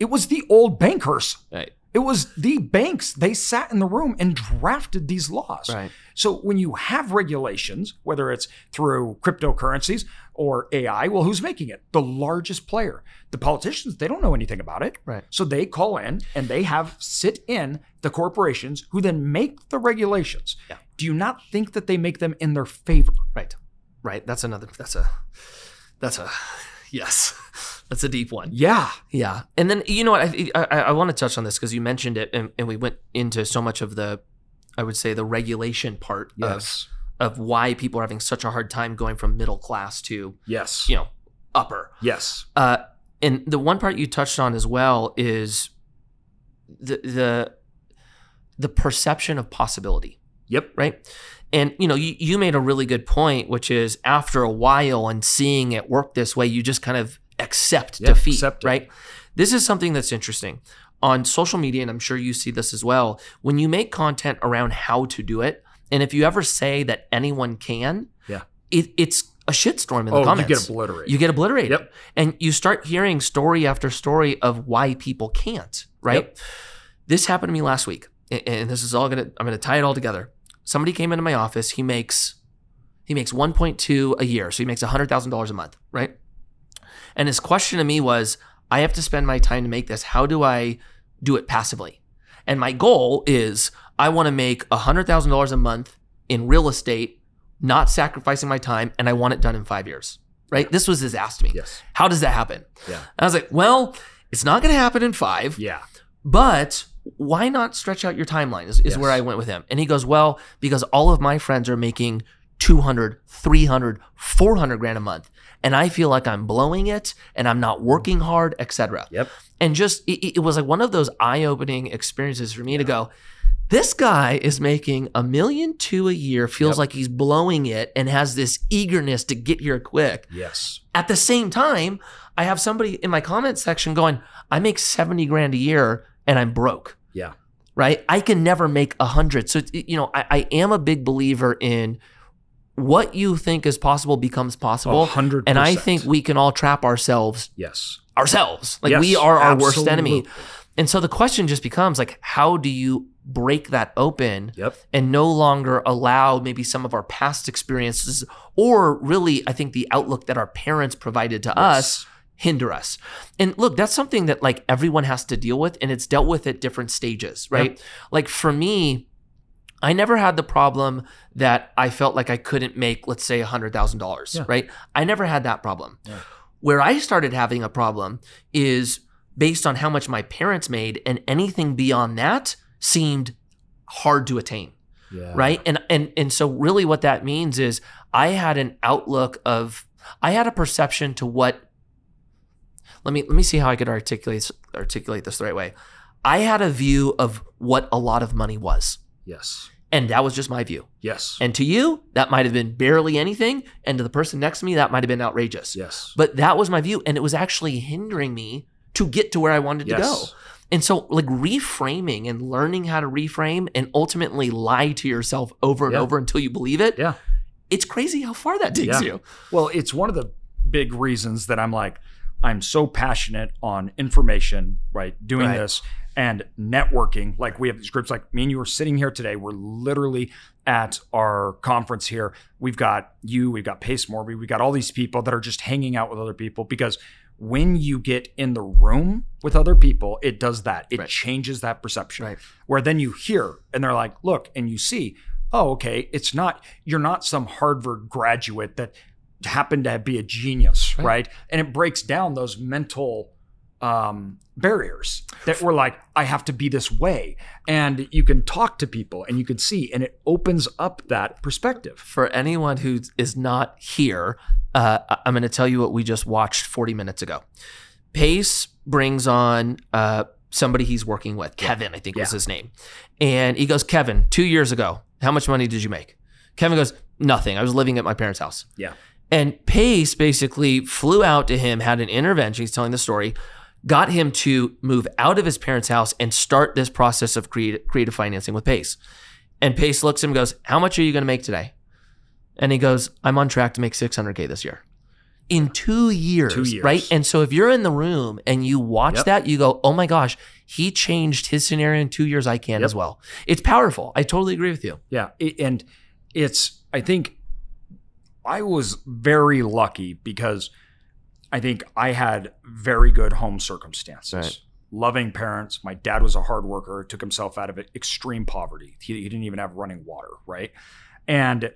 S1: It was the old bankers.
S2: Right.
S1: It was the banks. They sat in the room and drafted these laws.
S2: Right.
S1: So when you have regulations, whether it's through cryptocurrencies or AI, well, who's making it? The largest player. The politicians, they don't know anything about it.
S2: Right.
S1: So they call in and they have sit in the corporations who then make the regulations.
S2: Yeah.
S1: Do you not think that they make them in their favor?
S2: Right. Right. That's another that's a that's a yes. That's a deep one.
S1: Yeah.
S2: Yeah, and then you know what I I, I want to touch on this because you mentioned it, and, and we went into so much of the, I would say the regulation part
S1: Yes.
S2: of of why people are having such a hard time going from middle class to
S1: Yes.
S2: you know upper.
S1: Yes.
S2: Uh, and the one part you touched on as well is the the the perception of possibility,
S1: Yep.
S2: right? And you know, you, you made a really good point, which is after a while and seeing it work this way, you just kind of accept
S1: Yeah,
S2: defeat,
S1: accept it.
S2: right? This is something that's interesting on social media, and I'm sure you see this as well. When you make content around how to do it, and if you ever say that anyone can,
S1: Yeah.
S2: it, it's a shitstorm in the
S1: Oh,
S2: comments.
S1: you get obliterated.
S2: You get obliterated.
S1: Yep.
S2: And you start hearing story after story of why people can't, right?
S1: Yep.
S2: This happened to me last week. a- And this is all gonna I'm gonna tie it all together. Somebody came into my office, he makes he makes 1.2 a year, so he makes hundred thousand dollars a month, right? And his question to me was, I have to spend my time to make this. How do I do it passively? And my goal is I want to make hundred thousand dollars a month in real estate, not sacrificing my time, and I want it done in five years. Right? This was his ask to me.
S1: yes.
S2: How does that happen?
S1: Yeah.
S2: And I was like, well, it's not going to happen in five,
S1: Yeah.
S2: but why not stretch out your timeline? Is, is
S1: Yes.
S2: where I went with him. And he goes, well, because all of my friends are making 200, 300, 400 grand a month. And I feel like I'm blowing it and I'm not working hard, et cetera.
S1: Yep.
S2: And just, it, it- it was like one of those eye opening experiences for me to go, this guy is making a million two a year, feels
S1: Yep.
S2: like he's blowing it and has this eagerness to get here quick.
S1: Yes.
S2: At the same time, I have somebody in my comment section going, I make 70 grand a year and I'm broke.
S1: Yeah.
S2: Right? I can never make a hundred. So, it's- you know, I, I am a big believer in what you think is possible becomes
S1: A
S2: possible.
S1: hundred.
S2: and I
S1: percent.
S2: think we can all trap ourselves
S1: yes.
S2: ourselves. Like
S1: Yes,
S2: we are our worst
S1: absolutely.
S2: enemy. And so the question just becomes like, how do you break that open?
S1: Yep.
S2: and no longer allow maybe some of our past experiences or really i think the outlook that our parents provided to us hinder us and look that's something that like everyone has to deal with and it's dealt with at different stages right like for me i never had the problem that i felt like i couldn't make let's say $100000
S1: Yeah.
S2: right i never had that problem
S1: Yeah.
S2: where i started having a problem is based on how much my parents made and anything beyond that seemed hard to attain
S1: Yeah.
S2: right and and and so really what that means is i had an outlook of i had a perception to what let me let me see how i could articulate articulate this the right way i had a view of what a lot of money was
S1: Yes.
S2: and that was just my view
S1: Yes.
S2: and to you that might have been barely anything and to the person next to me that might have been outrageous
S1: yes.
S2: but that was my view and it was actually hindering me to get to where i wanted to go
S1: yes.
S2: and so, like reframing and learning how to reframe and ultimately lie to yourself over and
S1: Yeah.
S2: over until you believe it.
S1: Yeah.
S2: It's crazy how far that takes
S1: Yeah.
S2: you.
S1: Well, it's one of the big reasons that I'm like, I'm so passionate on information, right? Doing
S2: Right.
S1: this and networking. Like we have these groups, like me and you are sitting here today. We're literally at our conference here. We've got you, we've got Pace Morby, we've got all these people that are just hanging out with other people because when you get in the room with other people, it does that. It
S2: Right.
S1: changes that perception
S2: Right.
S1: where then you hear and they're like, look, and you see, oh, okay, it's not, you're not some Harvard graduate that happened to be a genius,
S2: Right.
S1: right? And it breaks down those mental um, barriers that were like, I have to be this way. And you can talk to people and you can see, and it opens up that perspective.
S2: For anyone who is not here, uh, I- I'm going to tell you what we just watched 40 minutes ago. Pace brings on uh, somebody he's working with, Kevin, I think was
S1: Yeah.
S2: his name. And he goes, Kevin, two years ago, how much money did you make? Kevin goes, nothing. I was living at my parents' house.
S1: Yeah.
S2: And Pace basically flew out to him, had an intervention. He's telling the story, got him to move out of his parents' house and start this process of creative, creative financing with Pace. And Pace looks at him and goes, How much are you going to make today? And he goes, I'm on track to make 600K this year. In two years,
S1: Two years.
S2: right? And so if you're in the room and you watch
S1: Yep.
S2: that, you go, Oh my gosh, he changed his scenario in two years. I can
S1: Yep.
S2: as well. It's powerful. I totally agree with you.
S1: Yeah. It, and it's, I think, I was very lucky because I think I had very good home circumstances.
S2: Right.
S1: Loving parents. My dad was a hard worker, took himself out of e-, extreme poverty. He, he didn't even have running water, right? And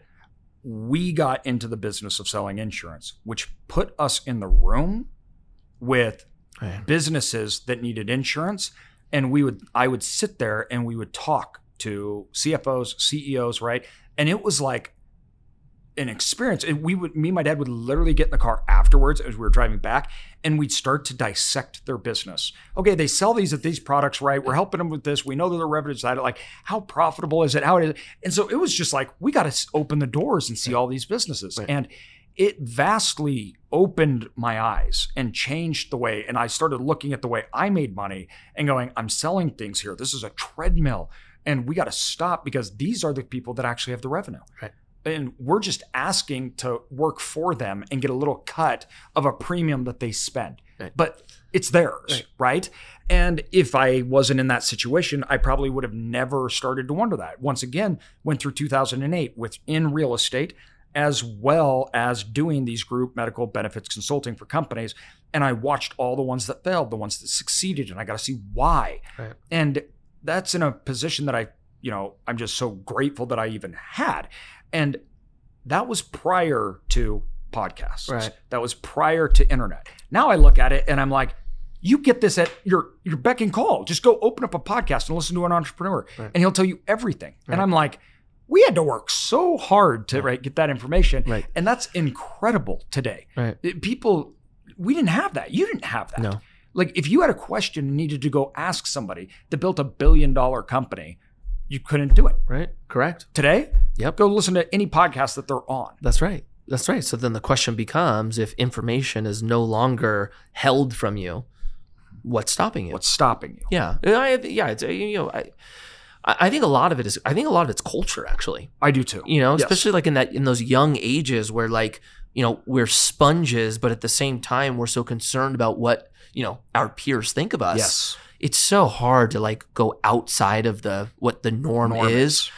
S1: we got into the business of selling insurance, which put us in the room with
S2: Right.
S1: businesses that needed insurance and we would I would sit there and we would talk to CFOs, CEOs, E right? And it was like an experience. And we would me and my dad would literally get in the car afterwards as we were driving back and we'd start to dissect their business. Okay, they sell these at these products, right? We're helping them with this. We know that their revenue side like how profitable is it? How it is. And so it was just like we got to open the doors and see all these businesses.
S2: Right.
S1: And it vastly opened my eyes and changed the way and i started looking at the way i made money and going i'm selling things here this is a treadmill and we got to stop because these are the people that actually have the revenue
S2: Right.
S1: and we're just asking to work for them and get a little cut of a premium that they spend
S2: Right.
S1: but it's theirs
S2: Right.
S1: right and if i wasn't in that situation i probably would have never started to wonder that once again went through 2008 within real estate as well as doing these group medical benefits consulting for companies. And I watched all the ones that failed, the ones that succeeded, and I got to see why.
S2: Right.
S1: And that's in a position that I, you know, I'm just so grateful that I even had. And that was prior to podcasts.
S2: Right.
S1: That was prior to internet. Now I look at it and I'm like, you get this at your your beck and call. Just go open up a podcast and listen to an entrepreneur,
S2: Right.
S1: and he'll tell you everything.
S2: Right.
S1: And I'm like, we had to work so hard to right get that information,
S2: Right.
S1: and that's incredible today.
S2: Right.
S1: It- people, we didn't have that. You didn't have that.
S2: No.
S1: Like if you had a question and needed to go ask somebody that built a billion dollar company, you couldn't do it
S2: Right. Correct.
S1: today.
S2: Yep.
S1: Go listen to any podcast that they're on.
S2: That's right. That's right. So then the question becomes if information is no longer held from you, what's stopping you?
S1: What's stopping you?
S2: yeah. I, yeah. It's, uh, you know, I, I I think a lot of it is, I think a lot of it's culture actually,
S1: I do too.
S2: you know,
S1: Yes.
S2: especially like in that, in those young ages where like, you know, we're sponges, but at the same time, we're so concerned about what, you know, our peers think of us.
S1: Yes.
S2: It's so hard to like go outside of the, what the norm,
S1: Norm
S2: is.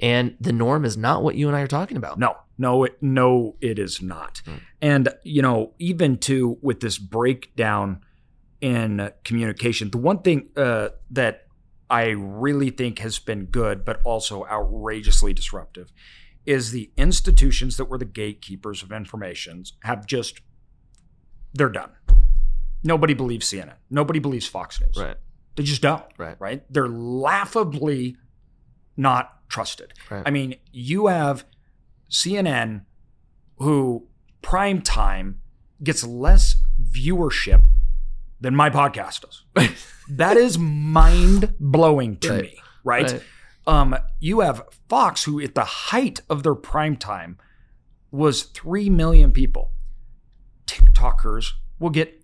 S2: And the norm is not what you and I are talking about.
S1: No, no, it, no, it is not.
S2: Mm.
S1: And you know, even to with this breakdown in communication, the one thing uh, that I really think has been good, but also outrageously disruptive, is the institutions that were the gatekeepers of information have just they're done. Nobody believes CNN. Nobody believes Fox News.
S2: Right.
S1: They just don't.
S2: Right.
S1: Right. They're laughably not trusted.
S2: Right.
S1: I mean, you have CNN, who prime time gets less viewership than my podcast does. that is mind blowing to
S2: Right.
S1: me. Right? Um, you have Fox, who at the height of their prime time was three million people. TikTokers will get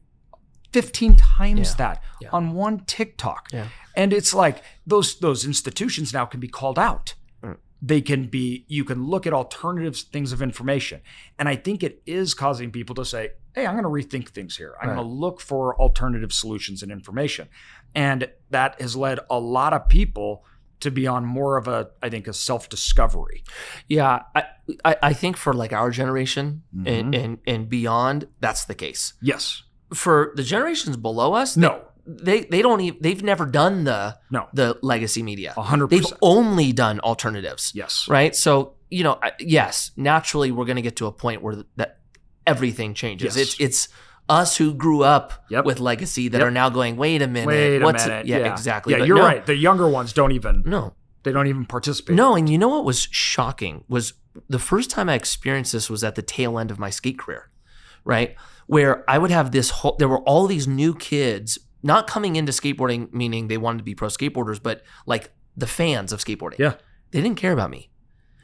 S1: 15 times
S2: Yeah.
S1: that
S2: Yeah.
S1: on one TikTok.
S2: Yeah.
S1: And it's like those those institutions now can be called out.
S2: Mm.
S1: They can be you can look at alternatives things of information. And I think it is causing people to say, "Hey, I'm going to rethink things here. I'm
S2: Right.
S1: going to look for alternative solutions and information." And that has led a lot of people to be on more of a I think a self-discovery.
S2: Yeah, I, I, I think for like our generation and,
S1: Mhm.
S2: and and beyond, that's the case.
S1: Yes.
S2: For the generations below us,
S1: No.
S2: they they don't even they've never done the
S1: No.
S2: the legacy media.
S1: 100%.
S2: They've only done alternatives,
S1: yes.
S2: right? So you know, I- yes, naturally we're going to get to a point where that everything
S1: Yes.
S2: changes. It's it's us who grew up
S1: Yep.
S2: with legacy that
S1: Yep.
S2: are now going, wait a minute,
S1: Wait a
S2: what's
S1: minute.
S2: Yeah, exactly.
S1: Yeah,
S2: But
S1: you're
S2: no,
S1: right. The younger ones don't even
S2: No,
S1: they don't even participate.
S2: No, and you know what was shocking was the first time I experienced this was at the tail end of my skate career, right? Where I would have this whole there were all these new kids not coming into skateboarding meaning they wanted to be pro skateboarders, but like the fans of skateboarding.
S1: Yeah.
S2: They didn't care about me.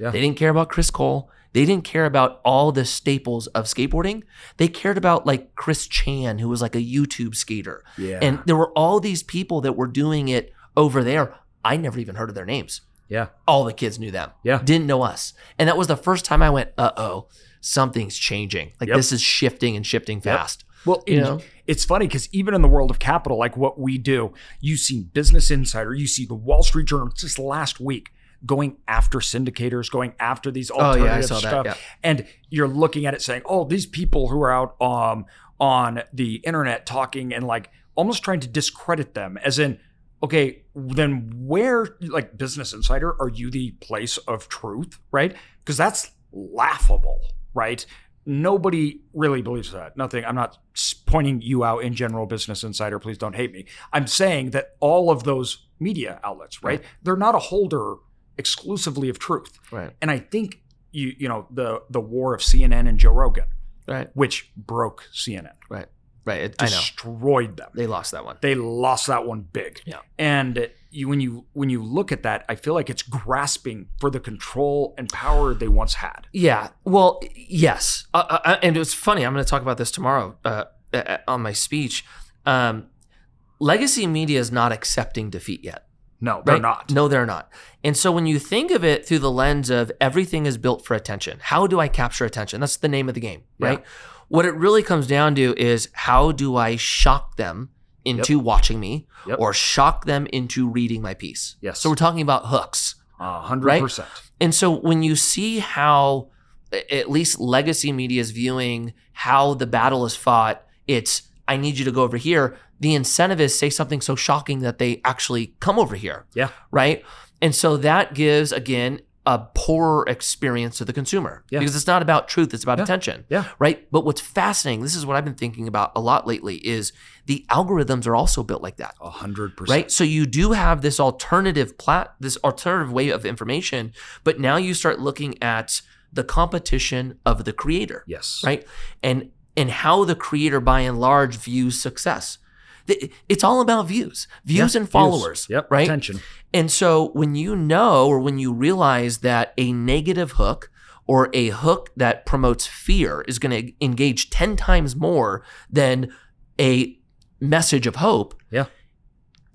S1: Yeah.
S2: They didn't care about Chris Cole. They didn't care about all the staples of skateboarding. They cared about like Chris Chan, who was like a YouTube skater.
S1: Yeah.
S2: And there were all these people that were doing it over there. I never even heard of their names.
S1: Yeah.
S2: All the kids knew them.
S1: Yeah.
S2: Didn't know us. And that was the first time I went, uh oh, something's changing. Like
S1: Yep.
S2: this is shifting and shifting fast.
S1: well,
S2: You
S1: and
S2: know?
S1: it's funny because even in the world of capital, like what we do, you see Business Insider, you see the Wall Street Journal just last week going after syndicators, going after these
S2: Oh,
S1: alternative
S2: yeah, I saw that,
S1: stuff.
S2: yeah.
S1: And you're looking at it saying, oh, these people who are out um, on the internet talking and like almost trying to discredit them, as in, okay, then where, like Business Insider, are you the place of truth, right? Because that's laughable, right? Nobody really believes that. Nothing. I'm not s- pointing you out in general business insider please don't hate me i'm saying that all of those media outlets right, they're not a holder exclusively of truth
S2: Right.
S1: and i think you you know the the war of cnn and joe rogan
S2: Right.
S1: which broke cnn
S2: Right. It, I know.
S1: destroyed them
S2: They lost that one.
S1: they lost that one big.
S2: Yeah.
S1: And you when you when you look at that, I feel like it's grasping for the control and power they once had.
S2: Yeah. Well, yes. Uh, uh, and it's funny. I'm going to talk about this tomorrow uh, uh, on my speech. Um, legacy media is not accepting defeat yet.
S1: No, they're
S2: right?
S1: not.
S2: No, they're not. And so when you think of it through the lens of everything is built for attention, how do I capture attention? That's the name of the game,
S1: Yeah.
S2: right? What it really comes down to is how do I shock them into watching me
S1: Yep.
S2: or shock them into reading my piece?
S1: Yes.
S2: So we're talking about hooks.
S1: A hundred
S2: Right?
S1: percent.
S2: And so when you see how a- at least legacy media is viewing how the battle is fought, it's I need you to go over here. The incentive is say something so shocking that they actually come over here.
S1: Yeah.
S2: Right. And so that gives again a poorer experience to the consumer
S1: Yeah.
S2: because it's not about truth; it's about
S1: Yeah.
S2: attention.
S1: Yeah.
S2: Right. But what's fascinating, this is what I've been thinking about a lot lately, is the algorithms are also built like that
S1: A hundred percent.
S2: right so you do have this alternative plat this alternative way of information but now you start looking at the competition of the creator
S1: Yes.
S2: right and and how the creator by and large views success Th- it's all about views
S1: Yeah,
S2: views and followers
S1: Yep.
S2: right
S1: Attention.
S2: and so when you know or when you realize that a negative hook or a hook that promotes fear is going to engage 10 times more than a message of hope.
S1: Yeah.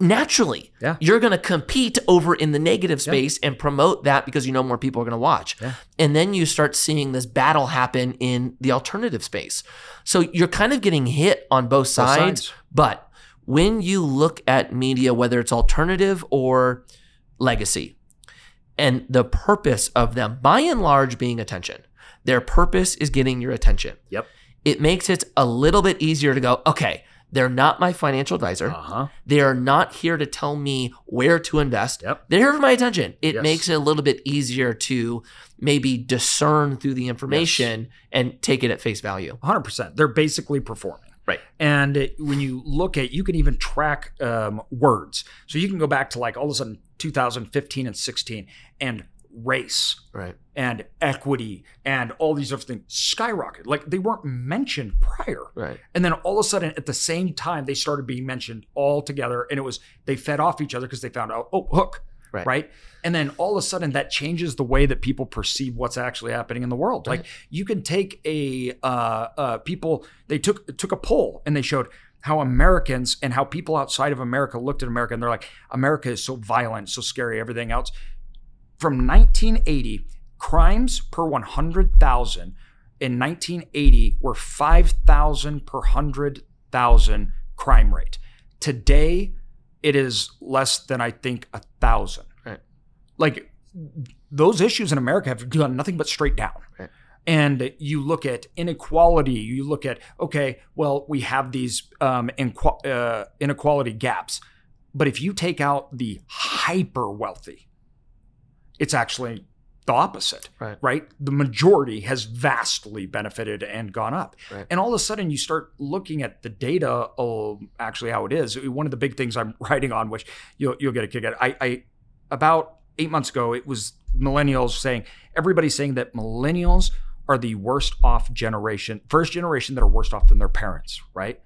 S2: Naturally,
S1: Yeah.
S2: you're going to compete over in the negative
S1: Yeah.
S2: space and promote that because you know more people are going to watch.
S1: Yeah.
S2: And then you start seeing this battle happen in the alternative space. So you're kind of getting hit on both
S1: Both
S2: sides. But when you look at media, whether it's alternative or legacy, and the purpose of them, by and large, being attention, their purpose is getting your attention.
S1: Yep.
S2: It makes it a little bit easier to go, okay, they're not my financial advisor.
S1: Uh-huh.
S2: They are not here to tell me where to invest.
S1: Yep.
S2: They're here for my attention. It
S1: Yes.
S2: makes it a little bit easier to maybe discern through the information and take it at face value.
S1: A hundred percent. They're basically performing.
S2: Right.
S1: And it, when you look at, you can even track um, words. So you can go back to like all of a sudden 2015 and 16 and race
S2: Right.
S1: and equity and all these other things skyrocketed. Like they weren't mentioned prior.
S2: Right.
S1: And then all of a sudden, at the same time, they started being mentioned all together. And it was, they fed off each other because they found out, oh, hook,
S2: Right.
S1: And then all of a sudden, that changes the way that people perceive what's actually happening in the world.
S2: Right.
S1: Like you can take a, uh, uh, people, they took, took a poll and they showed how Americans and how people outside of America looked at America. And they're like, America is so violent, so scary, everything else. From 1980, crimes per 100,000 in 1980 were 5,000 per 100,000 crime rate. Today, it is less than I think a thousand.
S2: Right.
S1: Like those issues in America have gone nothing but straight down.
S2: Right.
S1: And you look at inequality. You look at okay, well, we have these um, inqu- uh, inequality gaps, but if you take out the hyper wealthy, it's actually the opposite
S2: Right.
S1: right? The majority has vastly benefited and gone up.
S2: Right.
S1: And all of a sudden, you start looking at the data of actually how it is. One of the big things I'm writing on, which you'll, you'll get a kick at, I, I about eight months ago, it was millennials saying, everybody's saying that millennials are the worst off generation, first generation that are worse off than their parents, right?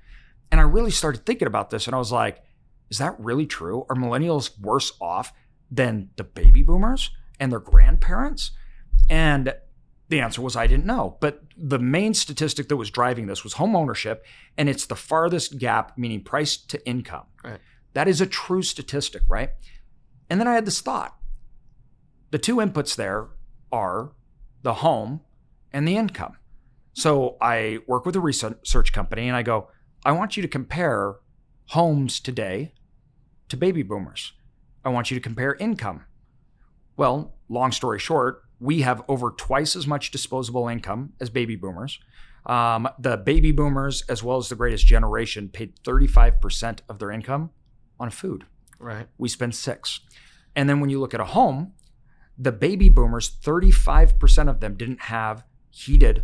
S1: And I really started thinking about this and I was like, is that really true? Are millennials worse off than the baby boomers and their grandparents? And the answer was I didn't know. But the main statistic that was driving this was home ownership, and it's the farthest gap, meaning price to income.
S2: Right.
S1: That is a true statistic, right? And then I had this thought. The two inputs there are the home and the income. So I work with a research company and I go, I want you to compare homes today to baby boomers. I want you to compare income well, long story short, we have over twice as much disposable income as baby boomers. Um, the baby boomers, as well as the greatest generation, paid 35% of their income on food.
S2: Right.
S1: We spend six. And then when you look at a home, the baby boomers, 35% of them didn't have heated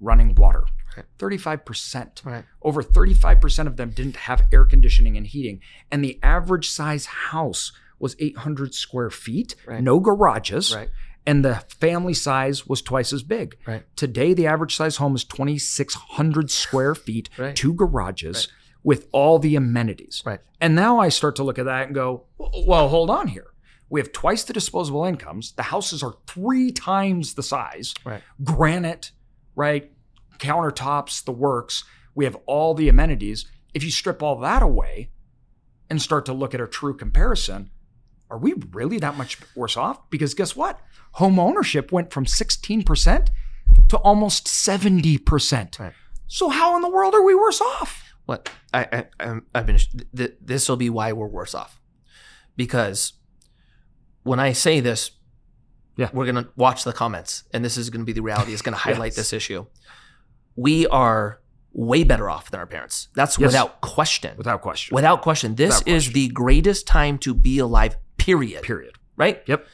S1: running water.
S2: Right.
S1: 35%.
S2: Right.
S1: Over 35% of them didn't have air conditioning and heating. And the average size house was 800 square feet,
S2: Right.
S1: no garages,
S2: Right.
S1: and the family size was twice as big.
S2: Right.
S1: Today, the average size home is 2,600 square feet,
S2: Right.
S1: two garages with all the amenities.
S2: Right.
S1: And now I start to look at that and go, "Well, well, hold on here. We have twice the disposable incomes. The houses are three times the size.
S2: Right.
S1: Granite, right? Countertops, the works. We have all the amenities. If you strip all that away and start to look at a true comparison, are we really that much worse off? Because guess what? Home ownership went from 16% to almost 70%.
S2: Right.
S1: So how in the world are we worse off?
S2: What I, I I'm- I've been this will be why we're worse off, because when I say this,
S1: Yeah.
S2: we're gonna watch the comments, and this is gonna be the reality. It's gonna highlight
S1: Yes.
S2: this issue. We are way better off than our parents. That's
S1: Yes.
S2: without question.
S1: Without question.
S2: Without question, this
S1: Without
S2: is the greatest time to be alive. Period.
S1: Period.
S2: Right.
S1: Yep.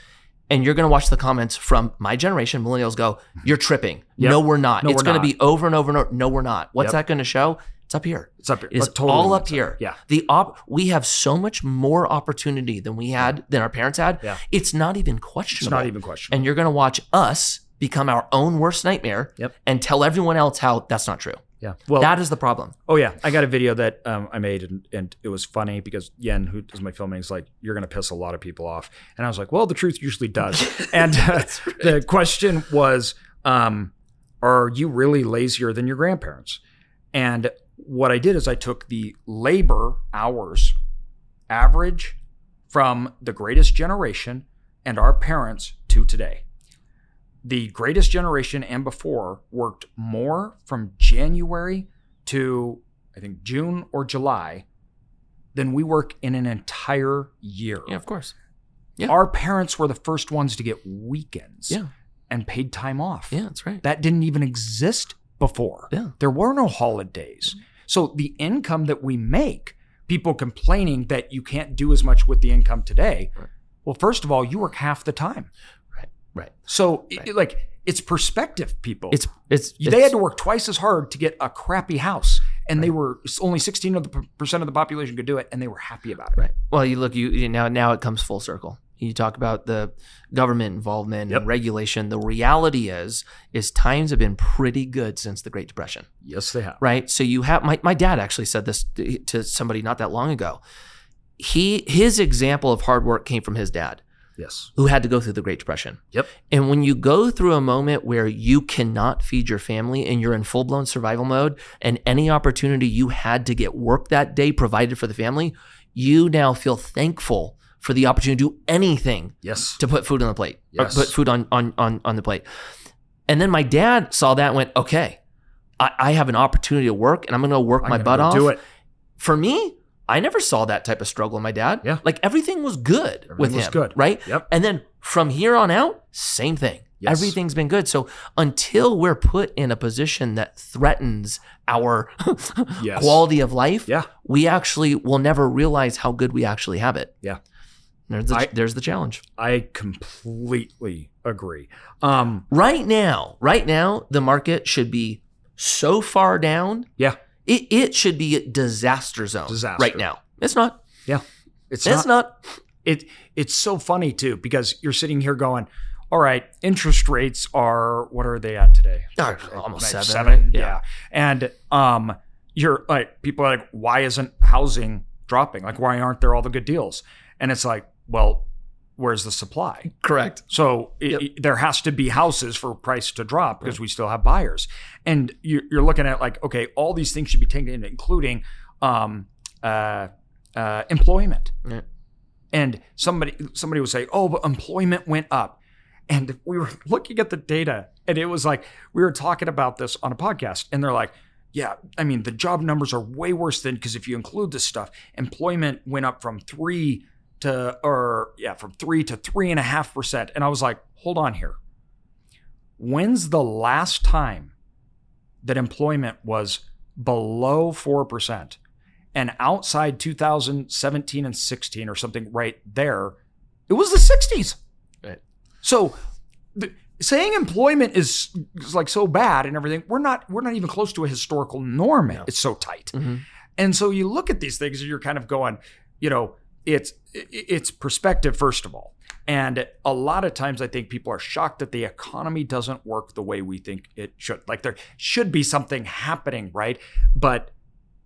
S2: And you're going to watch the comments from my generation, millennials. Go, you're tripping.
S1: Yep.
S2: No, we're not.
S1: No,
S2: it's
S1: we're
S2: going to
S1: not.
S2: be over and over and over. No, we're not. What's
S1: Yep.
S2: that going to show? It's up here.
S1: It's up here.
S2: It is
S1: It's totally
S2: all up
S1: nuts.
S2: here.
S1: Yeah.
S2: The op we have so much more opportunity than we had than our parents had.
S1: Yeah.
S2: It's not even
S1: It's
S2: questionable.
S1: not even questionable.
S2: And you're going to watch us become our own worst nightmare
S1: Yep.
S2: and tell everyone else how that's not true.
S1: yeah. Well,
S2: that is the problem.
S1: oh yeah, I got a video that um, I made and, and it was funny because Yen, who does my filming, is like, "You're going to piss a lot of people off," and I was like, "Well, the truth usually does." and uh, the question was, um, "Are you really lazier than your grandparents?" And what I did is I took the labor hours average from the greatest generation and our parents to today. The greatest generation and before worked more from January to, I think, June or July than we work in an entire year.
S2: of course. yeah.
S1: Our parents were the first ones to get weekends
S2: Yeah.
S1: and paid time off.
S2: Yeah, that's right.
S1: That didn't even exist before.
S2: Yeah. Mm-hmm.
S1: There were no holidays. So the income that we make, people complaining that you can't do as much with the income today.
S2: Right.
S1: Well, first of all, you work half the time.
S2: Right. Right.
S1: So i-
S2: Right.
S1: like it's perspective, people.
S2: It's it's
S1: they
S2: it's-
S1: had to work twice as hard to get a crappy house, and they were only sixteen of the per- percent of the population could do it, and they were happy about it.
S2: Right. Well, you look. You, you now now it comes full circle. You talk about the government involvement
S1: Yep.
S2: and regulation. The reality is, is times have been pretty good since the Great Depression,
S1: Yes, they have.
S2: right? So you have my my dad actually said this to, to somebody not that long ago. He his example of hard work came from his dad,
S1: Yes.
S2: who had to go through the Great Depression.
S1: Yep.
S2: And when you go through a moment where you cannot feed your family and you're in full blown survival mode, and any opportunity you had to get work that day provided for the family, you now feel thankful for the opportunity to do anything
S1: Yes.
S2: to put food on the plate, or
S1: Yes.
S2: put food on, on, on, on the plate. And then my dad saw that and went, okay, I, I have an opportunity to work and I'm going to work my
S1: I'm
S2: butt
S1: gonna
S2: off
S1: Do it.
S2: for me, I never saw that type of struggle in my dad.
S1: Yeah.
S2: Like everything was good with
S1: Everything was
S2: him.
S1: good.
S2: Right?
S1: Yep.
S2: And then from here on out, same thing.
S1: Yes.
S2: Everything's been good. So until we're put in a position that threatens our
S1: Yes.
S2: quality of life,
S1: Yeah.
S2: we actually will never realize how good we actually have it.
S1: Yeah.
S2: There's the,
S1: I-
S2: there's the challenge.
S1: I completely agree. Um.
S2: Right now, right now, the market should be so far down.
S1: Yeah.
S2: It, it should be a disaster zone
S1: Disaster.
S2: right now. It's not.
S1: It's,
S2: it's
S1: not,
S2: not
S1: it it's so funny too because you're sitting here going, all right, interest rates are what are they at today?
S2: Oh, almost
S1: Like
S2: seven, right?
S1: Seven,
S2: Yeah.
S1: yeah. And um, you're like people are like, why isn't housing dropping? Like, why aren't there all the good deals? And it's like, well, where's the supply?
S2: Correct.
S1: So it,
S2: Yep.
S1: it- there has to be houses for price to drop because we still have buyers. And you're, you're looking at like, okay, all these things should be taken into, including um, uh, uh, employment.
S2: Yeah.
S1: And somebody somebody would say, oh, but employment went up. And we were looking at the data, and it was like we were talking about this on a podcast, and they're like, yeah, I mean the job numbers are way worse than because if you include this stuff, employment went up from three to or yeah from three to three and a half percent and i was like hold on here when's the last time that employment was below four percent and outside 2017 and 16 or something right there it was the 60s
S2: Right.
S1: so th- saying employment is, is like so bad and everything. We're not we're not even close to a historical norm.
S2: No.
S1: It's so tight.
S2: Mhm.
S1: And so you look at these things and you're kind of going, you know, it's i- it's perspective first of all. And a lot of times I think people are shocked that the economy doesn't work the way we think it should. Like there should be something happening, right? But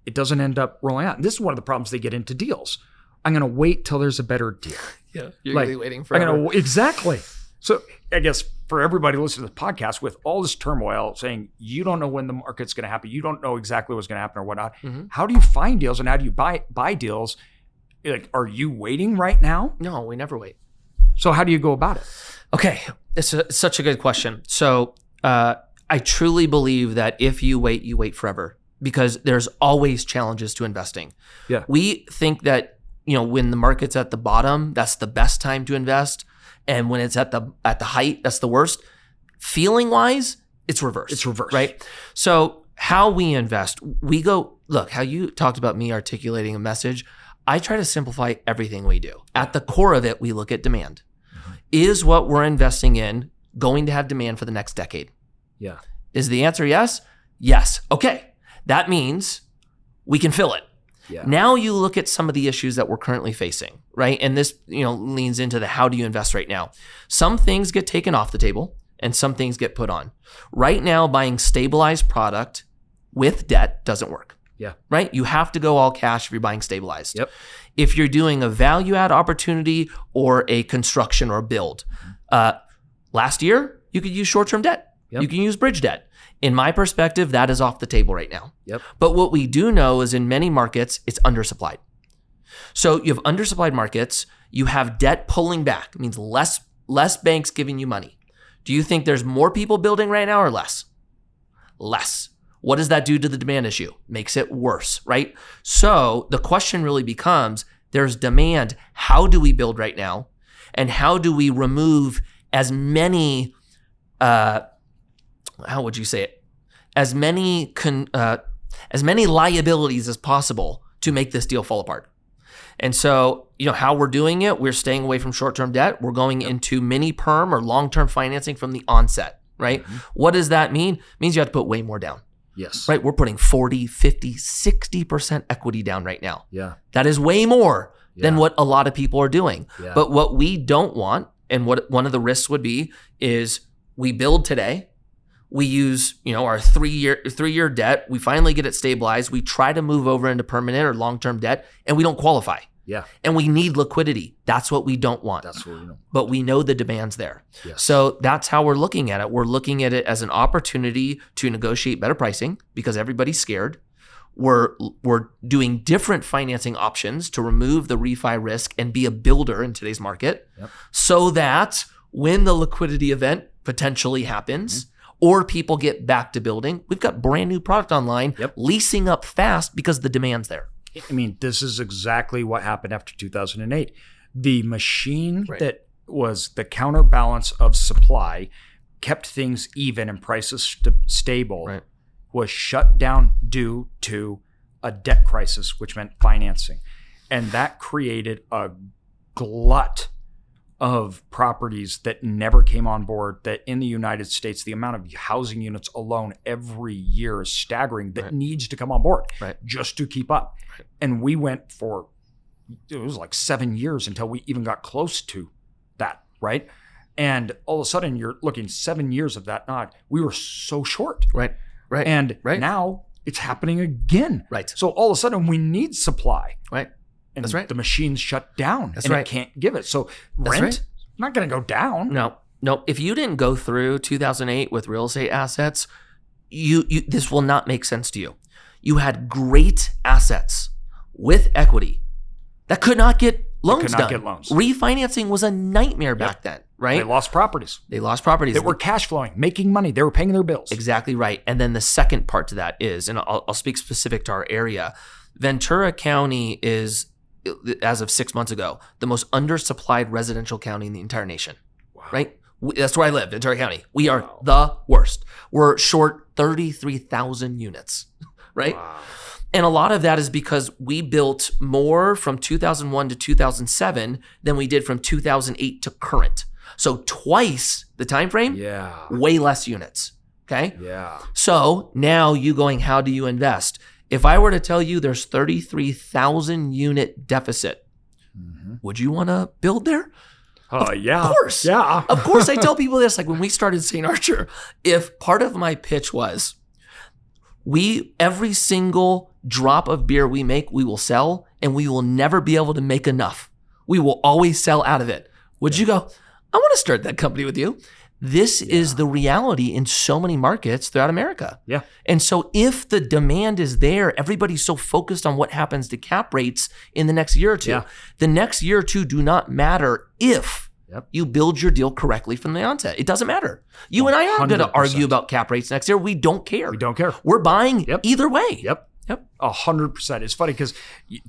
S1: it doesn't end up rolling out. And this is one of the problems they get into deals. I'm going to wait till there's a better deal.
S2: Yeah, you're
S1: Like,
S2: gonna be waiting
S1: I'm
S2: forever.
S1: gonna, exactly. So I guess for everybody listening to the podcast, with all this turmoil, saying you don't know when the market's going to happen, you don't know exactly what's going to happen or whatnot.
S2: Mhm.
S1: How do you find deals and how do you buy buy deals? Like, are you waiting right now?
S2: No, we never wait.
S1: So how do you go about it?
S2: Okay, it's, a, it's such a good question. So uh, I truly believe that if you wait, you wait forever because there's always challenges to investing.
S1: Yeah.
S2: we think that you know when the market's at the bottom, that's the best time to invest, and when it's at the at the height, that's the worst. Feeling wise, it's reversed.
S1: It's reverse,
S2: Right. So how we invest, we go look how you talked about me articulating a message. I try to simplify everything we do. At the core of it, we look at demand. Is what we're investing in going to have demand for the next decade?
S1: Yeah.
S2: Is the answer yes? Yes. Okay. That means we can fill it.
S1: Yeah.
S2: Now you look at some of the issues that we're currently facing, right? And this, you know, leans into the how do you invest right now. Some things get taken off the table and some things get put on. Right now buying stabilized product with debt doesn't work.
S1: Yeah.
S2: Right? You have to go all cash if you're buying stabilized.
S1: Yep.
S2: If you're doing a value add opportunity or a construction or build, uh, last year you could use short term debt.
S1: Yep.
S2: You can use bridge debt. In my perspective, that is off the table right now.
S1: Yep.
S2: But what we do know is in many markets, it's undersupplied. So you have undersupplied markets, you have debt pulling back, it means less less banks giving you money. Do you think there's more people building right now or less? Less. What does that do to the demand issue? Makes it worse, right? So the question really becomes there's demand. How do we build right now? And how do we remove as many, uh, how would you say it? As many con- uh, as many liabilities as possible to make this deal fall apart. And so, you know, how we're doing it, we're staying away from short term debt. We're going into mini perm or long term financing from the onset, right? What does that mean? It means you have to put way more down,
S1: Mm-hmm. Yes.
S2: right? We're putting 40, 50, 60% equity down right now.
S1: Yeah.
S2: That is way more than
S1: Yeah.
S2: what a lot of people are doing.
S1: Yeah.
S2: But what we don't want, and what one of the risks would be, is we build today, we use you know our three year three year debt, we finally get it stabilized, we try to move over into permanent or long term debt, and we don't qualify,
S1: yeah.
S2: and we need liquidity. That's what we don't want.
S1: That's what you know.
S2: but we know the demand's there.
S1: Yes.
S2: So that's how we're looking at it. We're looking at it as an opportunity to negotiate better pricing because everybody's scared. We're we're doing different financing options to remove the refi risk and be a builder in today's market
S1: Yep.
S2: so that when the liquidity event potentially happens
S1: Mm-hmm.
S2: or people get back to building, we've got brand new product online
S1: Yep.
S2: leasing up fast because the demand's there.
S1: I mean, this is exactly what happened after 2008. The machine
S2: Right.
S1: that was the counterbalance of supply kept things even and prices st- stable
S2: Right.
S1: was shut down due to a debt crisis, which meant financing. And that created a glut of properties that never came on board. That in the United States, the amount of housing units alone every year is staggering that
S2: Right.
S1: needs to come on board
S2: Right.
S1: just to keep up.
S2: Right.
S1: And we went for it was like seven years until we even got close to that, right? And all of a sudden, you're looking seven years of that not. We were so short.
S2: Right. Right.
S1: And
S2: Right.
S1: now it's happening again.
S2: right.
S1: So all of a sudden we need supply.
S2: Right.
S1: And
S2: That's right.
S1: the machine's shut down
S2: That's
S1: and
S2: right.
S1: it can't give it. So
S2: That's
S1: rent
S2: right.
S1: not going to go down.
S2: No, no. If you didn't go through 2008 with real estate assets, you, you this will not make sense to you. You had great assets with equity that could not get loans
S1: Could not
S2: done.
S1: get loans.
S2: Refinancing was a nightmare back then, right?
S1: They lost properties
S2: They lost properties.
S1: that were cash flowing, making money. They were paying their bills.
S2: Exactly right. And then the second part to that is, and I'll, I'll speak specific to our area. Ventura County is, as of six months ago, the most undersupplied residential county in the entire nation.
S1: Wow.
S2: Right? We, that's where I live, Ventura County. We are
S1: Wow.
S2: the worst. We're short 33,000 units. Right?
S1: Wow.
S2: And a lot of that is because we built more from 2001 to 2007 than we did from 2008 to current. So twice the time frame,
S1: Yeah.
S2: way less units. Okay.
S1: Yeah.
S2: So now you going, how do you invest? If I were to tell you there's 33,000 unit deficit,
S1: Mhm.
S2: would you want to build there?
S1: Uh, yeah.
S2: Mm-hmm. Of course.
S1: Yeah.
S2: Of course, I tell people this. Like when we started St. Archer, if part of my pitch was, we every single drop of beer we make, we will sell, and we will never be able to make enough. We will always sell out of it. Would you go? I want to start that company with you. This is the reality in so many markets throughout America.
S1: Yeah.
S2: And so if the demand is there, everybody's so focused on what happens to cap rates in the next year or two.
S1: Yeah.
S2: The next year or two do not matter if
S1: Yep.
S2: you build your deal correctly from the onset. It doesn't matter. You and I aren't going to
S1: 100%.
S2: argue about cap rates next year. We don't care.
S1: We don't care.
S2: We're buying
S1: Yep.
S2: either way.
S1: Yep.
S2: Yep.
S1: A hundred percent. It's funny because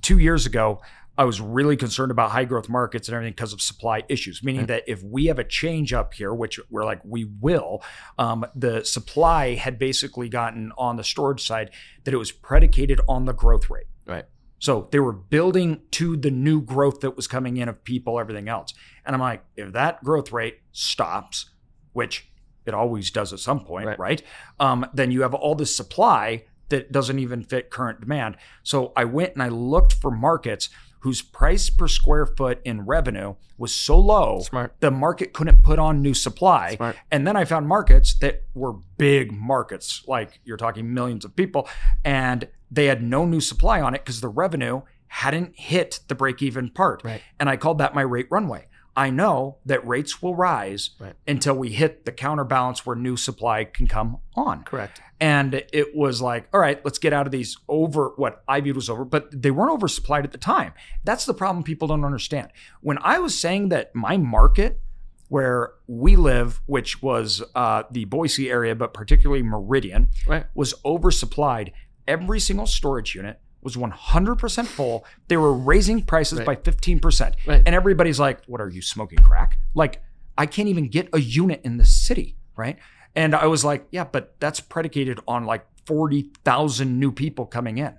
S1: two years ago, I was really concerned about high growth markets and everything because of supply issues, meaning that if we have a change up here, which we're like, we will, um, the supply had basically gotten on the storage side that it was predicated on the growth rate.
S2: Right.
S1: So they were building to the new growth that was coming in of people, everything else. And I'm like, if that growth rate stops, which it always does at some point,
S2: Right.
S1: right? Um, then you have all this supply that doesn't even fit current demand. So I went and I looked for markets whose price per square foot in revenue was so low
S2: Smart.
S1: the market couldn't put on new supply.
S2: Smart.
S1: And then I found markets that were big markets, like you're talking millions of people, and they had no new supply on it because the revenue hadn't hit the break even part.
S2: Right.
S1: And I called that my rate runway. I know that rates will rise
S2: Right.
S1: until we hit the counterbalance where new supply can come on.
S2: Correct.
S1: And it was like, all right, let's get out of these over what I viewed was over, but they weren't oversupplied at the time. That's the problem people don't understand. When I was saying that my market, where we live, which was uh, the Boise area, but particularly Meridian,
S2: Right.
S1: was oversupplied, every single storage unit was 100% full. They were raising prices
S2: Right.
S1: by 15%.
S2: Right.
S1: And everybody's like, what are you smoking crack? Like, I can't even get a unit in this city, right? And I was like, yeah, but that's predicated on like 40,000 new people coming in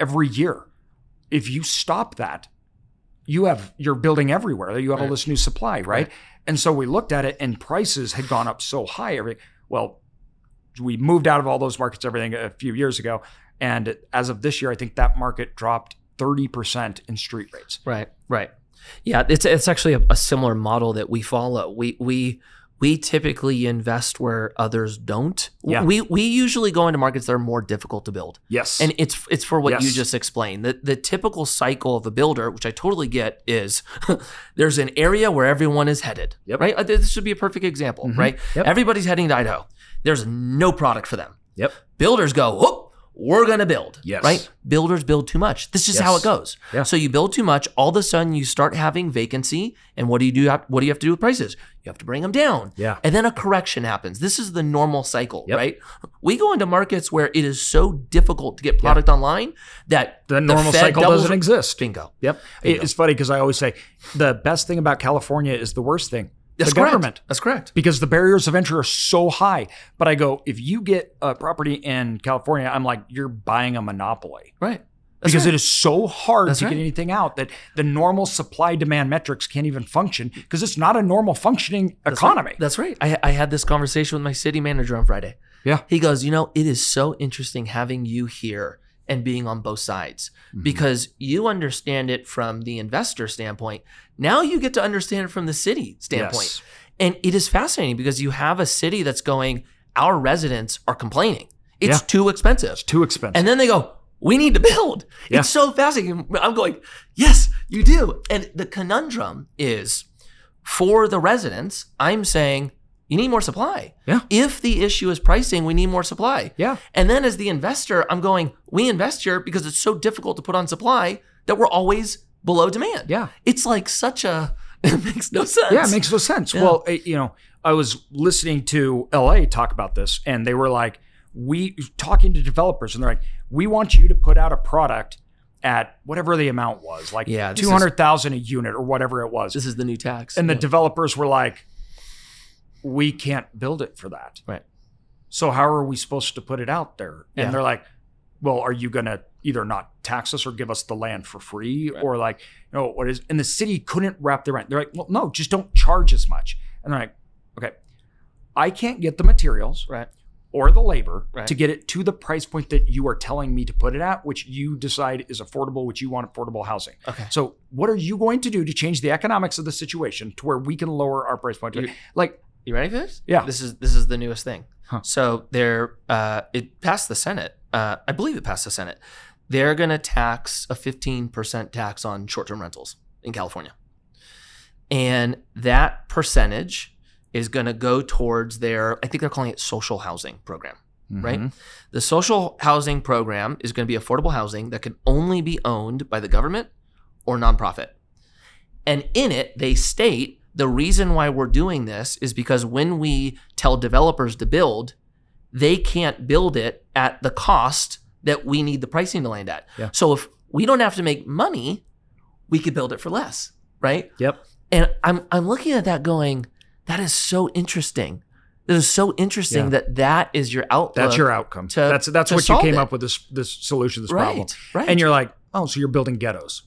S1: every year. If you stop that, you have you're building everywhere. You have all
S2: Right.
S1: this new supply, right?
S2: Right.
S1: And so we looked at it and prices had gone up so high every well, we moved out of all those markets everything a few years ago and as of this year I think that market dropped 30% in street rates.
S2: Right. Right. Yeah, it's it's actually a, a similar model that we follow. We we we typically invest where others don't.
S1: Yeah.
S2: We we usually go into markets that are more difficult to build.
S1: Yes.
S2: And it's it's for what you
S1: Yes.
S2: just explained. The the typical cycle of a builder, which I totally get, is there's an area where everyone is headed.
S1: Yep.
S2: Right. Uh, This should be a perfect example.
S1: Mhm.
S2: Right.
S1: Yep.
S2: Everybody's heading to Idaho. There's no product for them.
S1: Yep.
S2: Builders go, whoop, we're gonna build.
S1: Yes.
S2: Right. Builders build too much. This is how
S1: Yes.
S2: it goes.
S1: Yeah.
S2: So you build too much. All of a sudden, you start having vacancy. And what do you do? What do you have to do with prices? You have to bring them down.
S1: yeah.
S2: And then a correction happens. This is the normal cycle,
S1: Yep.
S2: right? We go into markets where it is so difficult to get product online that
S1: The normal
S2: Fed
S1: cycle
S2: doubles-
S1: doesn't exist.
S2: bingo.
S1: Yep.
S2: Bingo.
S1: It's funny because I always say the best thing about California is the worst thing.
S2: That's
S1: the
S2: correct.
S1: government.
S2: That's correct.
S1: Because the barriers of entry are so high. But I go, if you get a property in California, I'm like, you're buying a monopoly.
S2: Right. That's
S1: Because
S2: right.
S1: it is so hard
S2: That's
S1: to
S2: right.
S1: get anything out that the normal supply demand metrics can't even function because it's not a normal functioning economy.
S2: That's right. I, I had this conversation with my city manager on Friday.
S1: Yeah.
S2: He goes, You know, it is so interesting having you here and being on both sides because you understand it from the investor standpoint. Now you get to understand it from the city standpoint.
S1: Yes.
S2: And it is fascinating because you have a city that's going, Our residents are complaining. It's
S1: Yeah.
S2: too expensive.
S1: It's too expensive.
S2: And then they go, we need to build.
S1: Yeah.
S2: It's so fascinating. I'm going, yes, you do. And the conundrum is for the residents, I'm saying, you need more supply.
S1: Yeah.
S2: If the issue is pricing, we need more supply.
S1: yeah.
S2: And then as the investor, I'm going, we invest here because it's so difficult to put on supply that we're always below demand.
S1: Yeah.
S2: It's like such a, it makes no sense.
S1: Yeah, it makes no sense.
S2: Yeah.
S1: Well, I- you know, I was listening to LA talk about this, and they were like, "We talking to developers, and they're like, we want you to put out a product at whatever the amount was, like
S2: Yeah, this is-
S1: two hundred thousand a unit or whatever it was."
S2: this is the new tax.
S1: and the
S2: Yeah.
S1: developers were like, "We can't build it for that."
S2: Right.
S1: So how are we supposed to put it out there? And
S2: Yeah.
S1: they're like, well, are you going to either not tax us or give us the land for free
S2: Right.
S1: or like, you know, what is, and the city couldn't wrap their mind. They're like, well, no, just don't charge as much. And they're like, okay, I can't get the materials
S2: Right.
S1: or the labor
S2: Right.
S1: to get it to the price point that you are telling me to put it at, which you decide is affordable, which you want affordable housing.
S2: Okay.
S1: So what are you going to do to change the economics of the situation to where we can lower our price point?
S2: You-
S1: like,
S2: You ready for this?
S1: Yeah.
S2: This is this is the newest thing.
S1: Huh.
S2: So they're uh, it passed the Senate. Uh, I believe it passed the Senate. They're gonna tax a fifteen percent tax on short term rentals in California, and that percentage is gonna go towards their. I think they're calling it social housing program. Right?
S1: Mhm.
S2: The social housing program is going to be affordable housing that can only be owned by the government or nonprofit. And in it, they state the reason why we're doing this is because when we tell developers to build, they can't build it at the cost that we need the pricing to land at.
S1: Yeah.
S2: So if we don't have to make money, we could build it for less, right?
S1: Yep.
S2: And I'm I'm looking at that going, that is so interesting. That is so interesting
S1: Yeah.
S2: that that is your outlook.
S1: That's your outcome.
S2: to-
S1: that's that's
S2: to
S1: what you
S2: solve
S1: came
S2: it.
S1: up with this this solution to this problem.
S2: Right.
S1: And you're like, oh, so you're building ghettos.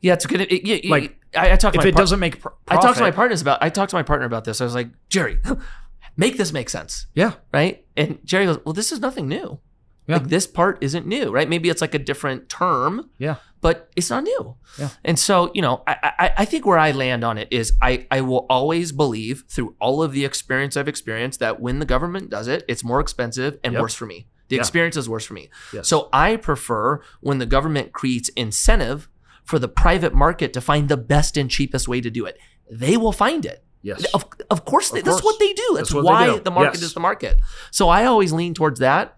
S2: yeah, it's good. It, it,
S1: Like,
S2: like I, I talked to
S1: If
S2: my
S1: it
S2: par-
S1: doesn't make pro-
S2: I
S1: profit,
S2: talked to my partners about. I talked to my partner about this. I was like, Jerry, make this make sense,
S1: yeah,
S2: right? And Jerry goes, Well, this is nothing new.
S1: Yeah.
S2: Like this part isn't new, right? Maybe it's like a different term,
S1: yeah,
S2: but it's not new.
S1: Yeah.
S2: And so, you know, I, I, I think where I land on it is I, I will always believe through all of the experience I've experienced that when the government does it, it's more expensive and
S1: Yep.
S2: worse for me. The
S1: Yeah.
S2: experience is worse for me.
S1: yes.
S2: So I prefer when the government creates incentive for the private market to find the best and cheapest way to do it. They will find it.
S1: yes,
S2: Of, of course, they,
S1: Of
S2: that's what
S1: course.
S2: they do. That's,
S1: That's what they
S2: why
S1: do.
S2: the market
S1: Yes.
S2: is the market. So I always lean towards that.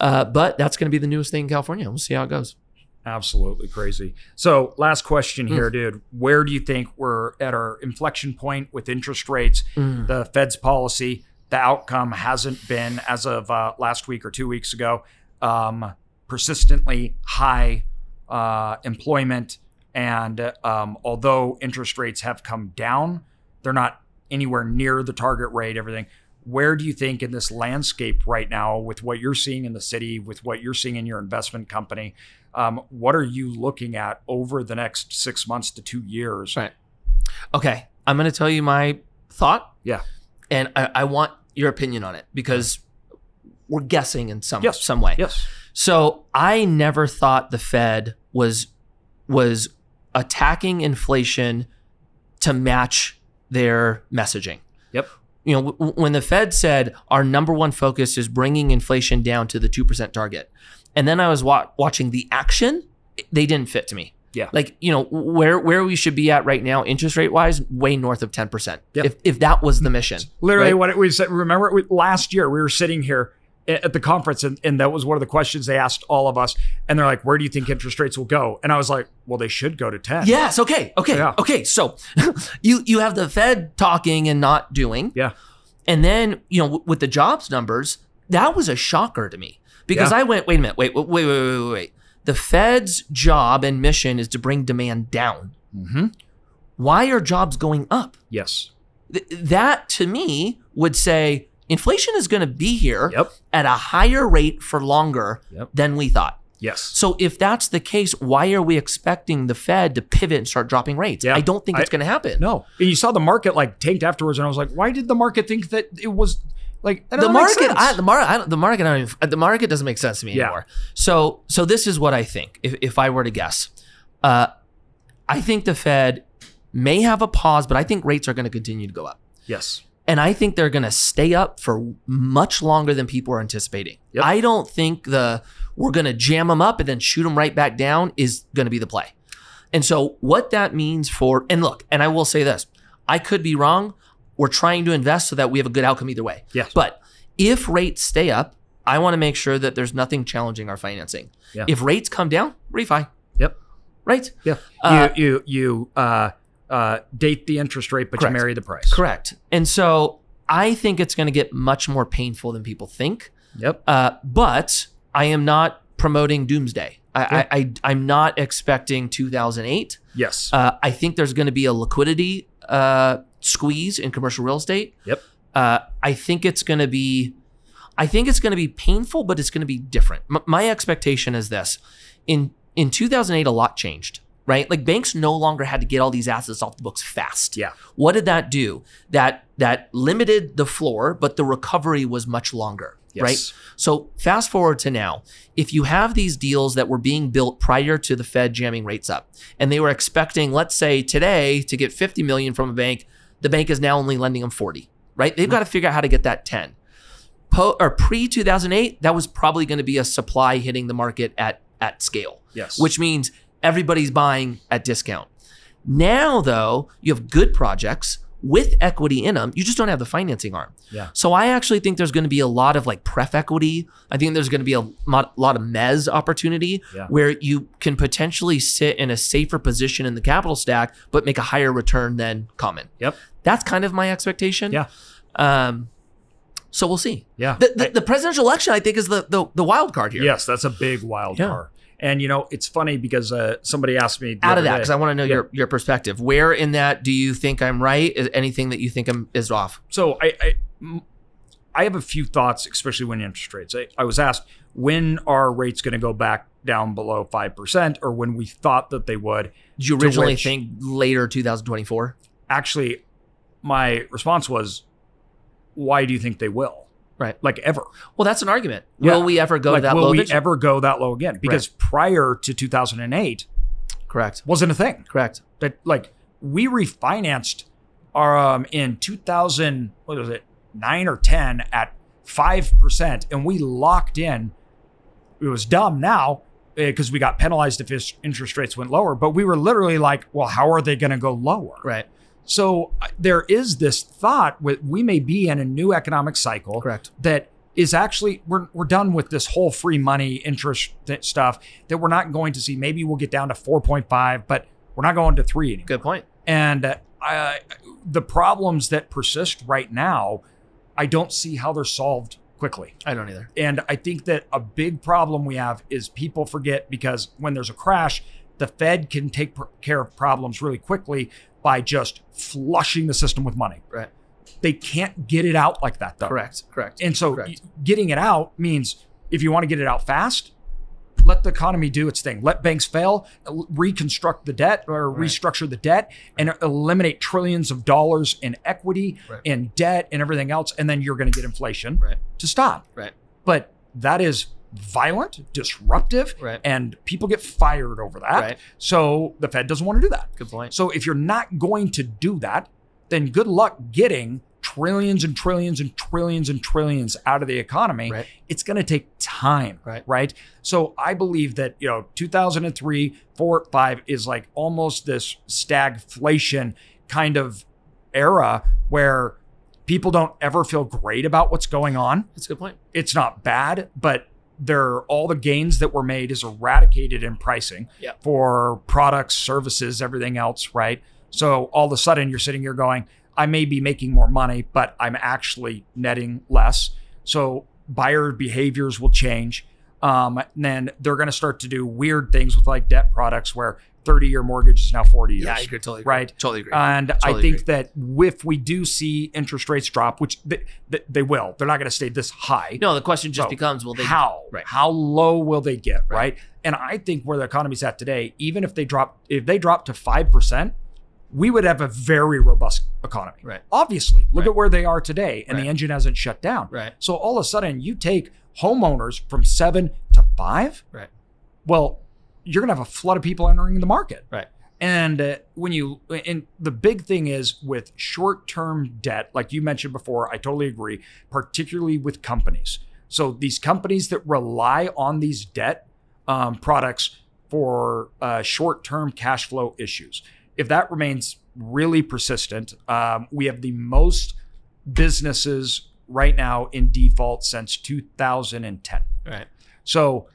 S2: Uh, but that's going to be the newest thing in California. We'll see how it goes.
S1: absolutely crazy. So last question
S2: Hmm.
S1: here, dude. Where do you think we're at our inflection point with interest rates, the Fed's policy? The outcome hasn't been as of uh, last week or two weeks ago, um, persistently high uh, employment, and um, although interest rates have come down, they're not anywhere near the target rate. Everything. Where do you think in this landscape right now, with what you're seeing in the city, with what you're seeing in your investment company, um, what are you looking at over the next six months to two years?
S2: Right. Okay. I'm going to tell you my thought.
S1: Yeah.
S2: And I, I want your opinion on it because we're guessing in some,
S1: Yes.
S2: some way.
S1: Yes.
S2: So I never thought the Fed was was attacking inflation to match their messaging.
S1: Yep.
S2: You know, w- when the Fed said our number one focus is bringing inflation down to the 2% target. And then I was wa- watching the action, they didn't fit to me.
S1: Yeah.
S2: Like, you know, where where we should be at right now interest rate wise, way north of 10%.
S1: Yep.
S2: If if that was the mission.
S1: Literally,
S2: right?
S1: what it, we said. Remember we, last year, we were sitting here a- at the conference, and, and that was one of the questions they asked all of us. And they're like, "Where do you think interest rates will go?" And I was like, "Well, they should go to ten.
S2: Yes. Okay. Okay.
S1: Yeah.
S2: Okay. So you you have the Fed talking and not doing.
S1: Yeah.
S2: And then you know w- with the jobs numbers, that was a shocker to me because
S1: Yeah.
S2: I went, wait a minute, wait, wait, wait, wait, wait, wait. The Fed's job and mission is to bring demand down.
S1: Mm-hmm.
S2: Why are jobs going up?
S1: Yes.
S2: Th- that to me would say inflation is going to be here
S1: Yep.
S2: at a higher rate for longer
S1: Yep.
S2: than we thought.
S1: Yes.
S2: So if that's the case, why are we expecting the Fed to pivot and start dropping rates?
S1: Yeah.
S2: I don't think
S1: I-
S2: it's going to happen.
S1: No. And you saw the market like tanked afterwards, and I was like, "Why did the market think that it was like that
S2: the
S1: doesn't make
S2: market,
S1: sense.
S2: I, the market, I don't, the market, I don't even, the market doesn't make sense to me
S1: Yeah.
S2: anymore. So, so this is what I think. If, if I were to guess, uh, I think the Fed may have a pause, but I think rates are going to continue to go up,
S1: yes.
S2: and I think they're going to stay up for much longer than people are anticipating.
S1: Yep.
S2: I don't think the we're going to jam them up and then shoot them right back down is going to be the play. And so, what that means for and look, and I will say this, I could be wrong. We're trying to invest so that we have a good outcome either way.
S1: Yes.
S2: But if rates stay up, I want to make sure that there's nothing challenging our financing.
S1: Yeah.
S2: If rates come down, refi.
S1: Yep.
S2: Right?
S1: Yeah.
S2: Uh,
S1: you you you uh, uh, date the interest rate, but
S2: Correct.
S1: you marry the price.
S2: Correct. And so I think it's going to get much more painful than people think.
S1: Yep.
S2: Uh, but I am not promoting doomsday. I,
S1: Yeah.
S2: I, I, I'm not expecting 2008.
S1: Yes.
S2: Uh, I think there's going to be a liquidity uh, squeeze in commercial real estate.
S1: Yep.
S2: Uh, I think it's going to be. I- I think it's going to be painful, but it's going to be different. M- my expectation is this: in in 2008, a lot changed, right? Like banks no longer had to get all these assets off the books fast.
S1: Yeah.
S2: What did that do? That that limited the floor, but the recovery was much longer, right?
S1: Yes.
S2: So fast forward to now, if you have these deals that were being built prior to the Fed jamming rates up, and they were expecting, let's say today, to get 50 million from a bank, the bank is now only lending them 40, right? They've got to figure out how to get that 10. Po- or pre 2008, that was probably going to be a supply hitting the market at at scale
S1: Yes.
S2: which means everybody's buying at discount. Now, though, you have good projects with equity in them. You just don't have the financing arm.
S1: Yeah.
S2: So I actually think there's going to be a lot of like pref equity. I think there's going to be a lot, lot of mez opportunity
S1: Yeah.
S2: where you can potentially sit in a safer position in the capital stack, but make a higher return than common.
S1: Yep.
S2: That's kind of my expectation.
S1: Yeah.
S2: Um, so we'll see.
S1: yeah.
S2: The, the, the presidential election, I think, is the, the, the wild card here.
S1: Yes, that's a big wild
S2: Yeah.
S1: card. And you know, it's funny because uh, somebody asked me the
S2: out of
S1: other
S2: that
S1: day-
S2: because I want to know
S1: Yeah.
S2: your, your perspective. Where in that do you think I'm right? Is anything that you think I'm is off?
S1: so I, I m- I have a few thoughts, especially when interest rates. I, I was asked when are rates going to go back down below five percent, or when we thought that they would.
S2: Did you
S1: To
S2: originally
S1: which-
S2: think later 2024?
S1: Actually, my response was, "Why do you think they will?"
S2: Right.
S1: Like ever.
S2: Well, that's an argument.
S1: Yeah.
S2: Will we ever go
S1: like
S2: to that
S1: will
S2: low?
S1: we
S2: digit?
S1: ever go that low again? Because prior to 2008,
S2: Correct.
S1: wasn't a thing.
S2: Correct.
S1: that like we refinanced our um in 2000 what was it 9 or 10 at 5% and we locked in it was dumb now because we got penalized if his- interest rates went lower but we were literally like well how are they going to go lower
S2: Right.
S1: so uh, there is this thought with we may be in a new economic cycle
S2: Correct.
S1: that is actually we're, we're done with this whole free money interest th- stuff that we're not going to see maybe we'll get down to 4.5 but we're not going to 3 anymore
S2: Good point.
S1: and uh, I, the problems that persist right now, I don't see how they're solved quickly.
S2: I don't either.
S1: And I think that a big problem we have is people forget because when there's a crash, the Fed can take pr- care of problems really quickly by just flushing the system with money.
S2: Right.
S1: They can't get it out like that though.
S2: Correct. Correct.
S1: And so
S2: Correct.
S1: getting it out means if you want to get it out fast, let the economy do its thing. Let banks fail, el- reconstruct the debt or
S2: Right.
S1: restructure the debt and eliminate trillions of dollars in equity
S2: Right.
S1: and debt and everything else. And then you're going to get inflation
S2: Right.
S1: to stop.
S2: Right.
S1: But that is violent, disruptive,
S2: Right.
S1: and people get fired over that.
S2: Right.
S1: So the Fed doesn't want to do that.
S2: Good point.
S1: So if you're not going to do that, then good luck getting trillions and trillions and trillions and trillions out of the economy.
S2: Right.
S1: It's going to take time,
S2: Right.
S1: So I believe that, you know, 2003, 4, 5 is like almost this stagflation kind of era where people don't ever feel great about what's going on
S2: That's a good point.
S1: it's not bad, but there all the gains that were made is eradicated in pricing
S2: Yeah.
S1: for products, services, everything else, right? So all of a sudden you're sitting here going, I may be making more money, but I'm actually netting less. So buyer behaviors will change. Um, and then they're going to start to do weird things with like debt products where 30 year mortgage is now 40 years.
S2: Yeah, I agree. Totally agree.
S1: Right. Uh,
S2: Totally agree.
S1: And I
S2: Totally
S1: think that if we do see interest rates drop, which they, they, they will, they're not going to stay this high
S2: no, the question just
S1: so,
S2: becomes: Will they?
S1: how
S2: right.
S1: how low will they get right.
S2: Right.
S1: and i think where the economy's at today even if they drop if they drop to 5% we would have a very robust economy
S2: Right.
S1: obviously look
S2: Right.
S1: at where they are today and the
S2: Right.
S1: engine hasn't shut down
S2: Right.
S1: so all of a sudden you take homeowners from 7 to 5
S2: Right.
S1: well you're going to have a flood of people entering the market
S2: Right.
S1: and uh, when you and the big thing is with short-term debt like you mentioned before i totally agree particularly with companies so these companies that rely on these debt um, products for uh, short-term cash flow issues, if that remains really persistent, um, we have the most businesses right now in default since 2010.
S2: Right.
S1: So,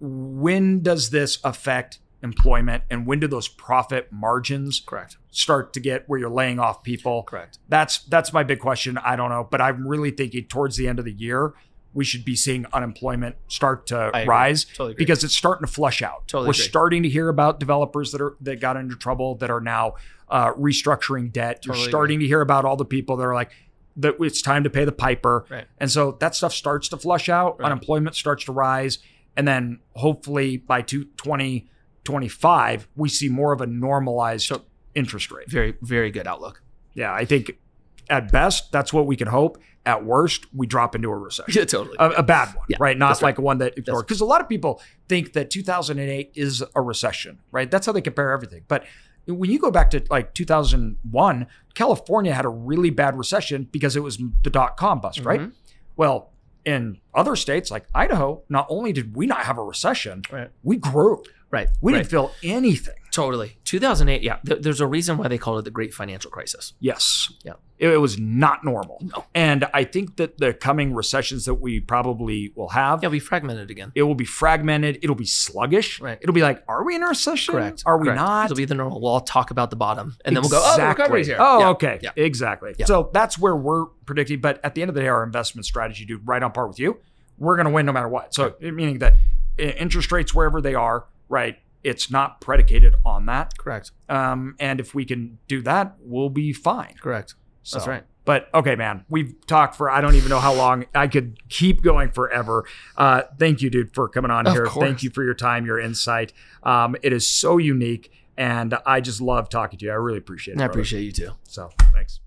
S1: when does this affect employment, and when do those profit margins
S2: Correct.
S1: start to get where you're laying off people?
S2: Correct.
S1: That's that's my big question. I don't know, but I'm really thinking towards the end of the year we should be seeing unemployment start to
S2: agree.
S1: rise
S2: Totally agree.
S1: because it's starting to flush out.
S2: Totally
S1: We're
S2: agree.
S1: starting to hear about developers that are that got into trouble that are now uh, restructuring debt.
S2: Totally
S1: You're
S2: agree.
S1: starting to hear about all the people that are like, that it's time to pay the piper.
S2: Right.
S1: And so that stuff starts to flush out,
S2: Right.
S1: unemployment starts to rise, and then hopefully by 2025 we see more of a normalized
S2: Sure.
S1: interest rate.
S2: Very, very good outlook.
S1: Yeah, I think at best that's what we can hope. At worst, we drop into a recession.
S2: Yeah, totally.
S1: A, a bad one,
S2: Yeah,
S1: right? Not
S2: that's right.
S1: like one that ignored. Because a lot of people think that 2008 is a recession, right? That's how they compare everything. But when you go back to like 2001, California had a really bad recession because it was the dot com bust, right?
S2: Mhm.
S1: Well, in other states like Idaho, not only did we not have a recession,
S2: Right.
S1: we grew.
S2: Right.
S1: We
S2: right.
S1: didn't feel anything.
S2: Totally. 2008, yeah. Th- there's a reason why they called it the Great Financial Crisis.
S1: Yes.
S2: Yeah.
S1: It, it was not normal.
S2: No.
S1: And I think that the coming recessions that we probably will have,
S2: Yeah, we fragmented again.
S1: it will be fragmented. It'll be sluggish.
S2: Right.
S1: It'll be like, are we in a recession?
S2: Correct.
S1: Are we
S2: Correct.
S1: not?
S2: It'll be the normal. We'll all talk about the bottom, and then we'll go, oh, the
S1: Exactly.
S2: recovery's here.
S1: Oh,
S2: Yeah.
S1: okay.
S2: Yeah.
S1: Exactly.
S2: Yeah.
S1: So that's where we're predicting. But at the end of the day, our investment strategy, dude, right on par with you, we're going to win no matter what. So meaning that i- interest rates, wherever they are, right, it's not predicated on that.
S2: Correct.
S1: Um, and if we can do that, we'll be fine.
S2: Correct.
S1: So-
S2: That's right.
S1: But okay, man, we've talked for I don't even know how long. I could keep going forever. Uh, thank you, dude, for coming on
S2: Of
S1: here.
S2: course.
S1: Thank you for your time, your insight. Um, it is so unique, and I just love talking to you. I really appreciate it.
S2: I
S1: brother.
S2: appreciate you too.
S1: So thanks.